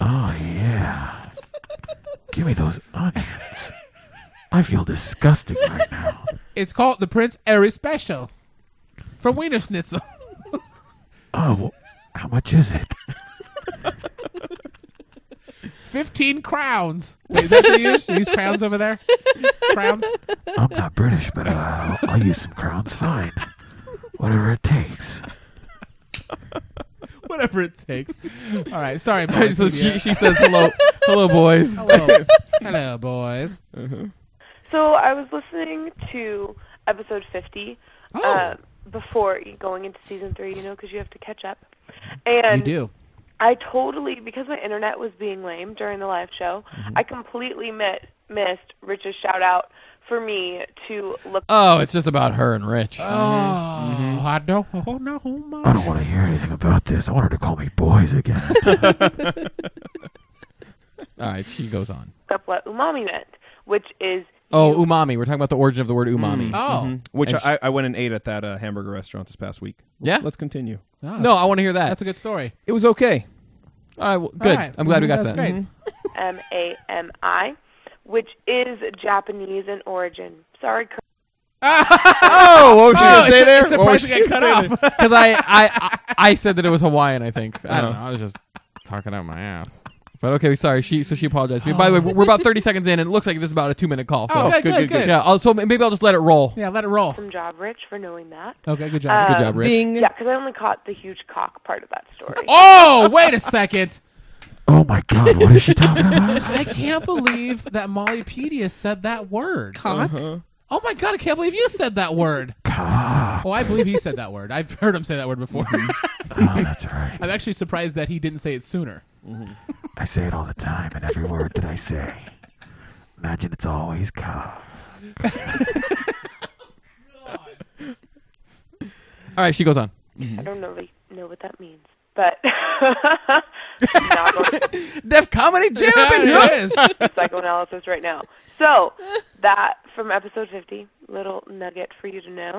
Oh, yeah. Give me those onions. I feel disgusting right now.
it's called the Prince Airy Special from Wiener Schnitzel.
Oh, well, how much is it?
Fifteen crowns. Wait, is that what you use? You use crowns over there? Crowns.
I'm not British, but uh, I'll use some crowns. Fine. Whatever it takes.
Whatever it takes. All right. Sorry, boys.
so she, she says hello hello boys.
Hello. Hello, boys.
So I was listening to episode 50 uh, before going into season 3, you know, because you have to catch up. And
You do.
I totally, because my internet was being lame during the live show,
Mm-hmm.
I completely met, missed Rich's shout out for me to look.
Oh, it's just about her and Rich.
Oh, I don't. Oh no, oh, my.
I don't want to hear anything about this. I want her to call me boys again.
All right, she goes on.
up what umami meant, which is
Oh, umami. We're talking about the origin of the word umami.
Oh,
Which
And sh-
I, I went and ate at that uh, hamburger restaurant this past week.
Yeah?
Let's continue.
No, I want to hear that.
Oh. that's a good story.
It was okay.
All right, well, good.
right.
I'm glad we got
That's
that. Mm-hmm.
great.
M A M I, which is Japanese in origin. Sorry, Kurt.
Oh, what was she
Oh,
gonna say
it's,
there?
it's
What was
surprising
she
I cut
gonna say
off.
Because I, I, I, I said that it was Hawaiian. I think I
Oh.
don't know.
Uh-huh.
I was just talking out my ass. But okay, sorry. She so she apologized. to me. By the way, we're about 30 seconds in, and it looks like this is about a two minute call. So.
Oh, good, good, good,
Yeah. I'll, so maybe I'll just let it roll.
Yeah, let it roll.
Some job, Rich, for knowing that.
Okay, good job.
Good job, Rich.
Yeah, because I only caught the huge cock part of that story.
Oh, wait a second.
Oh my god, what is she talking about?
I can't believe that Mollypedia said that word.
Cock.
Oh my god, I can't believe you said that word. Oh, I believe he said that word. I've heard him say that word before.
Oh, that's right.
I'm actually surprised that he didn't say it sooner.
I say it all the time in every word that I say. Imagine it's always cock.
All right, she goes on.
I don't really know what that means, but not going
Def comedy jam.
Yeah, it is.
to psychoanalysis right now. So that from episode fifty, little nugget for you to know.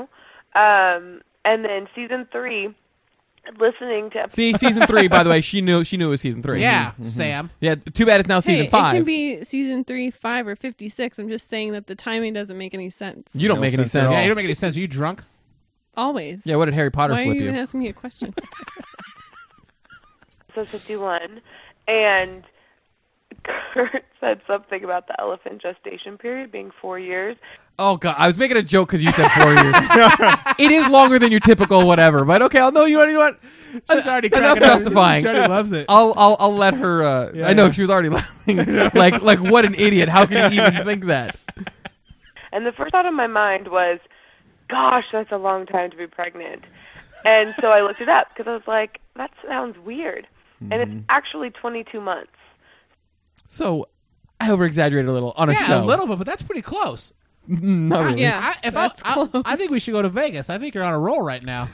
Um, and then season three, listening to episode
See, season three. By the way, she knew she knew it was season three. Mm-hmm.
Yeah, Sam.
Yeah. Too bad it's now
Hey,
season five.
It can be season three, five, or fifty-six. I'm just saying that the timing doesn't make any sense.
you don't
No
make any
sense at
sense.
Yeah, you
Yeah,
don't make any sense. Are you drunk?
Always.
What did Harry Potter
Why are
slip
you
you?
even asking me a question?
fifty one, and Kurt said something about the elephant gestation period being four years,
Oh god, I was making a joke because you said four years. it is longer than your typical whatever, but okay. I'll know you. know what, You know what?
She's already
Enough
cracking up.
justifying.
She already loves it.
I'll I'll I'll let her. Uh,
Yeah,
I know
yeah.
she was already laughing. like like what an idiot! How could you even think that?
And the first thought in my mind was, gosh, that's a long time to be pregnant. and so I looked it up because I was like, that sounds weird. And
Mm-hmm.
it's actually 22 months.
So I over exaggerated a little on a
yeah, a
show.
little bit, but that's pretty close.
Not really.
I, if I, I, I think we should go to Vegas. I think you're on a roll right now.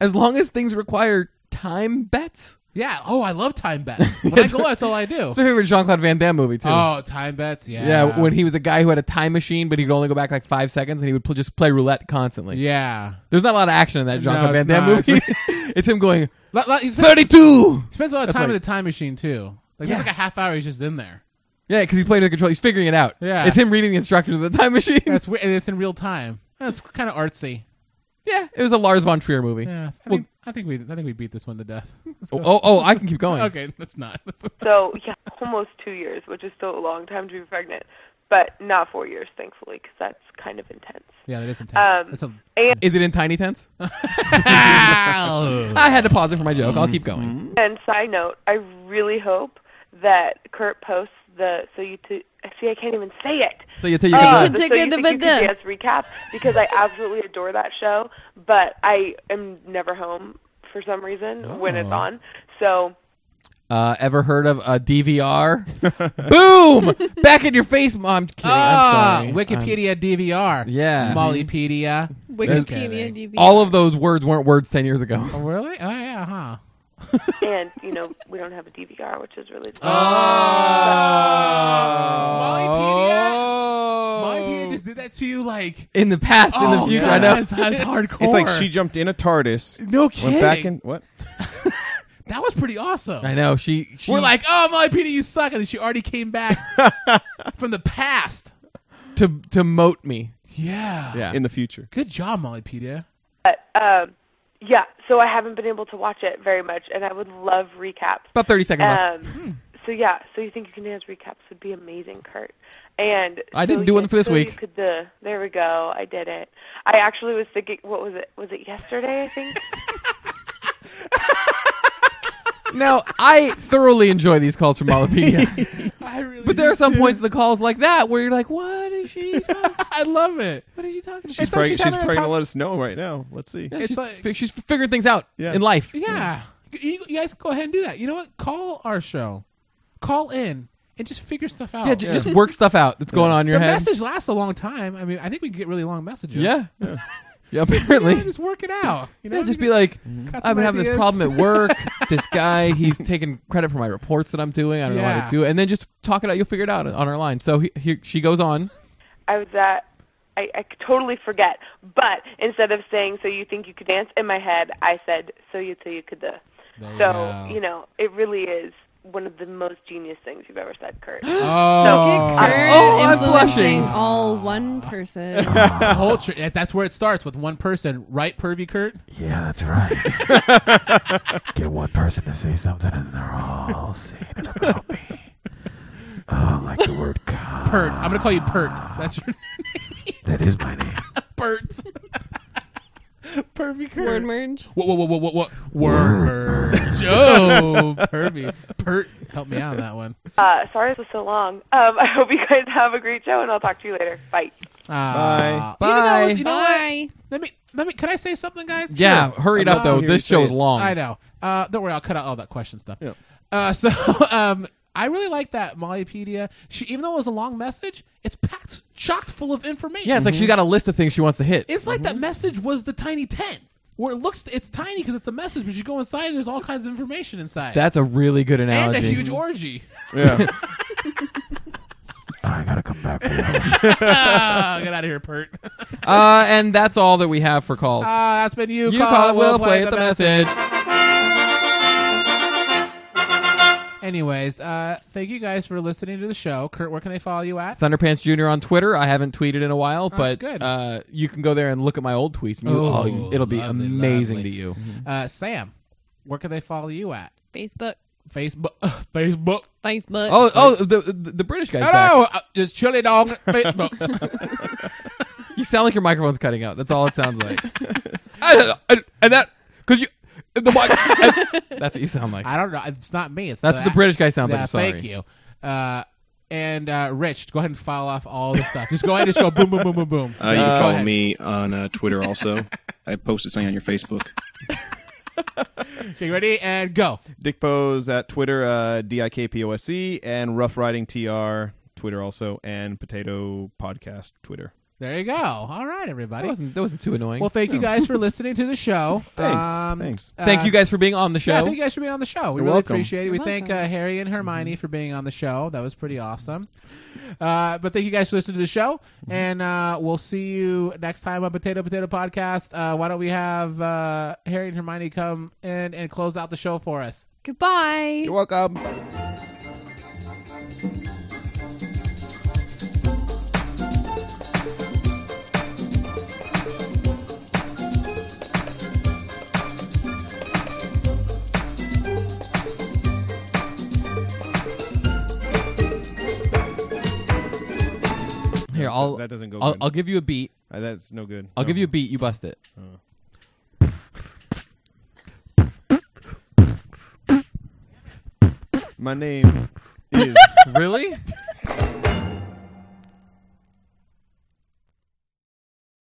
As long as things require time bets.
Yeah. Oh, I love time bets. When I go, that's all I do.
It's my favorite Jean Claude Van Damme movie too.
Oh, time bets. Yeah.
Yeah, when he was a guy who had a time machine, but he could only go back like five seconds, and he would pl- just play roulette constantly.
Yeah.
There's not a lot of action in that Jean
No,
Claude
it's
Van Damme
not.
movie. it's him going
Lot- lot- he spends-
32.
He spends a lot of
That's
time
like-
in the time machine too. Like
Yeah.
it's like a half hour. He's just in there.
Yeah, because he's playing the control. He's figuring it out.
Yeah.
It's him reading the instructions of the time machine.
That's weird, and it's in real time. That's kind of artsy.
yeah, it was a Lars von Trier movie.
Yeah. I,
Well-
think, I think we I think we beat this one to death. Let's
Oh,
go.
oh, oh, I can keep going.
Okay, that's not. That's-
So, yeah, almost two years, which is still a long time to be pregnant, but not four years, thankfully, because that's kind of intense.
yeah, that is intense.
Um,
that's a,
and,
Is it in tiny tents? I had to pause it for my joke. I'll keep
Mm-hmm.
going.
and side note, I really hope that Kurt posts the so you t- see I can't even say it.
So you tell you.
Uh,
you
the
could
So
take
You
it
Think
to
You Could
Vidal.
Dance recap because I absolutely adore that show, but I am never home for some reason when it's
Oh.
on. So
Uh, ever heard of a DVR? Boom! Back in your face, mom. I'm kidding.
Ah,
I'm sorry.
Wikipedia DVR.
Yeah.
Mollypedia.
Wikipedia DB.
I'm- all of those words weren't words ten years ago.
Oh, really? Oh, yeah, huh.
and you know we don't have a DVR, which is really
Mollypedia? Mollypedia just did that to you like.
in the past, Oh. in the
oh,
future.
God,
I know.
That's, that's hardcore.
It's like she jumped in a TARDIS,
No kidding.
went back in. What?
Uh,
that was pretty awesome.
I know. She. she
We're like, oh, Mollypedia, you suck. And she already came back from the past.
to to moat me.
Yeah.
Yeah.
In the future.
Good job, Mollypedia.
But um, yeah, so I haven't been able to watch it very much, and I would love recaps.
About thirty seconds left.
hmm.
Um, so yeah, so you think you can dance recaps would be amazing, Kurt. And
I
so
didn't do
you-
one for this
so you
week.
could, uh, there we go. I did it. I actually was thinking, what was it? Was it yesterday? I think.
Now, I thoroughly enjoy these calls from Malapedia.
I really
but there are some points in the calls like that where you're like, what is she talking
I love it.
What is she talking
It's
She's
like
probably,
she's
she's
having a
probably
com-
gonna let us know right now. Let's see.
about?
It's
she's,
like-
fi- she's figuring things out
Yeah.
in life.
Yeah. You, you guys go ahead and do that. You know what? Call our show. Call in and just figure stuff out.
Yeah, ju- just work stuff out that's going on in your
the
head.
message lasts a long time. I mean, I think we can get really long messages.
Yeah. Yeah,
You know,
apparently.
just work it out. You know,
Yeah, just
You
be like,
got
I've
some
been having this
ideas.
problem at work. this guy, he's taking credit for my reports that I'm doing. I don't know how
Yeah.
to do it. And then just talk it out. You'll figure it out on our line. So he, he, she goes on.
I was at. I, I totally forget, but instead of saying "so you think you could dance" in my head, I said "so you so you could." Uh.
There you
So
go.
you know, it really is one of the most genius things you've ever said, Kurt.
Oh,
Kick
You're
Oh, I'm
influencing
blushing.
all one person.
culture. Yeah, That's where it starts with one person, right, Pervy Kurt?
Yeah, that's right. Get one person to say something, and they're all saying it about me. Oh, like the word "cock."
Pert. I'm gonna call you Pert. That's your
That is my name.
Pert. Pervy Kurt.
Word merge.
What? What? What? What? What? what? Word merge. Oh, Pervy. Pert. Help me out on that one.
Uh, sorry this was so long. Um, I hope you guys have a great show, and I'll talk to you later. Bye.
Uh,
Ah.
Bye.
Even though it
Bye.
was- you know what?
Bye.
Let me. Let me. Can I say something, guys?
Yeah,
Sure.
hurry it
I'd love
up,
to
though.
hear you
This
say
show is
it.
long.
I know. Uh, don't worry, I'll cut out all that question stuff.
Yeah.
Uh, so um, I really like that Mollypedia. She, even though it was a long message, it's packed, chocked full of information.
Yeah, it's like she got a list of things she wants to hit.
Mm-hmm. It's like that message was the tiny tent where it looks it's tiny because it's a message, but you go inside and there's all kinds of information inside.
That's a really good
and
analogy.
a huge orgy.
Yeah.
I gotta come back for that.
Ah, get out of here, Pert.
uh, and that's all that we have for calls.
Ah, that's been you.
you call it, we'll play it, the message.
Anyways, uh, thank you guys for listening to the show. Kurt, where can they follow you at?
Thunderpants Junior on Twitter. I haven't tweeted in a while,
that's
but
good.
Uh, you can go there and look at my old tweets. And you,
Oh,
oh, you- it'll be
lovely,
amazing
lovely.
to you.
Uh, Sam, where can they follow you at?
Facebook.
Facebook, Facebook.
Facebook.
Oh, oh, the the, the British guy's back.
Hello, uh, it's Chili Dog. Facebook.
You sound like your microphone's cutting out. That's all it sounds like. and, and- and that because you the mic. and- that's what you sound like.
I don't know. It's not me. It's
That's what the British guy sounds like.
Yeah,
I'm sorry.
Thank you. Uh, and uh, Rich, go ahead and
Oh,
file off all the stuff. Just go ahead and just go boom, boom, boom, boom, boom.
Uh, you
Go
can follow
ahead.
me on uh, Twitter also
I posted something on your Facebook.
Okay, ready and go.
Dick Pose at Twitter, uh, D I K P O S E, and Rough Riding TR, Twitter also, and Potato Podcast, Twitter.
There you go. All right, everybody.
That wasn't- that wasn't too annoying.
Well, thank you
No.
guys for listening to the show.
Thanks.
Um,
Thanks.
uh,
Thank you guys for being on the
Yeah,
show.
thank you guys for being on the show. We
You're
really
welcome. Mm-hmm.
appreciate it. We
You're
thank uh, Harry and Hermione for being on the show. That was pretty awesome. Uh, but thank you guys for listening to the show,
Mm-hmm.
and uh, we'll see you next time on Potato Potato Podcast. Uh, why don't we have uh, Harry and Hermione come in and close out the show for us?
Goodbye. You're
welcome.
Here,
No,
I'll
that doesn't go
I'll,
good.
I'll give you a beat.
Uh, that's no good.
I'll
No.
give you a beat. You bust it.
My name is
Really?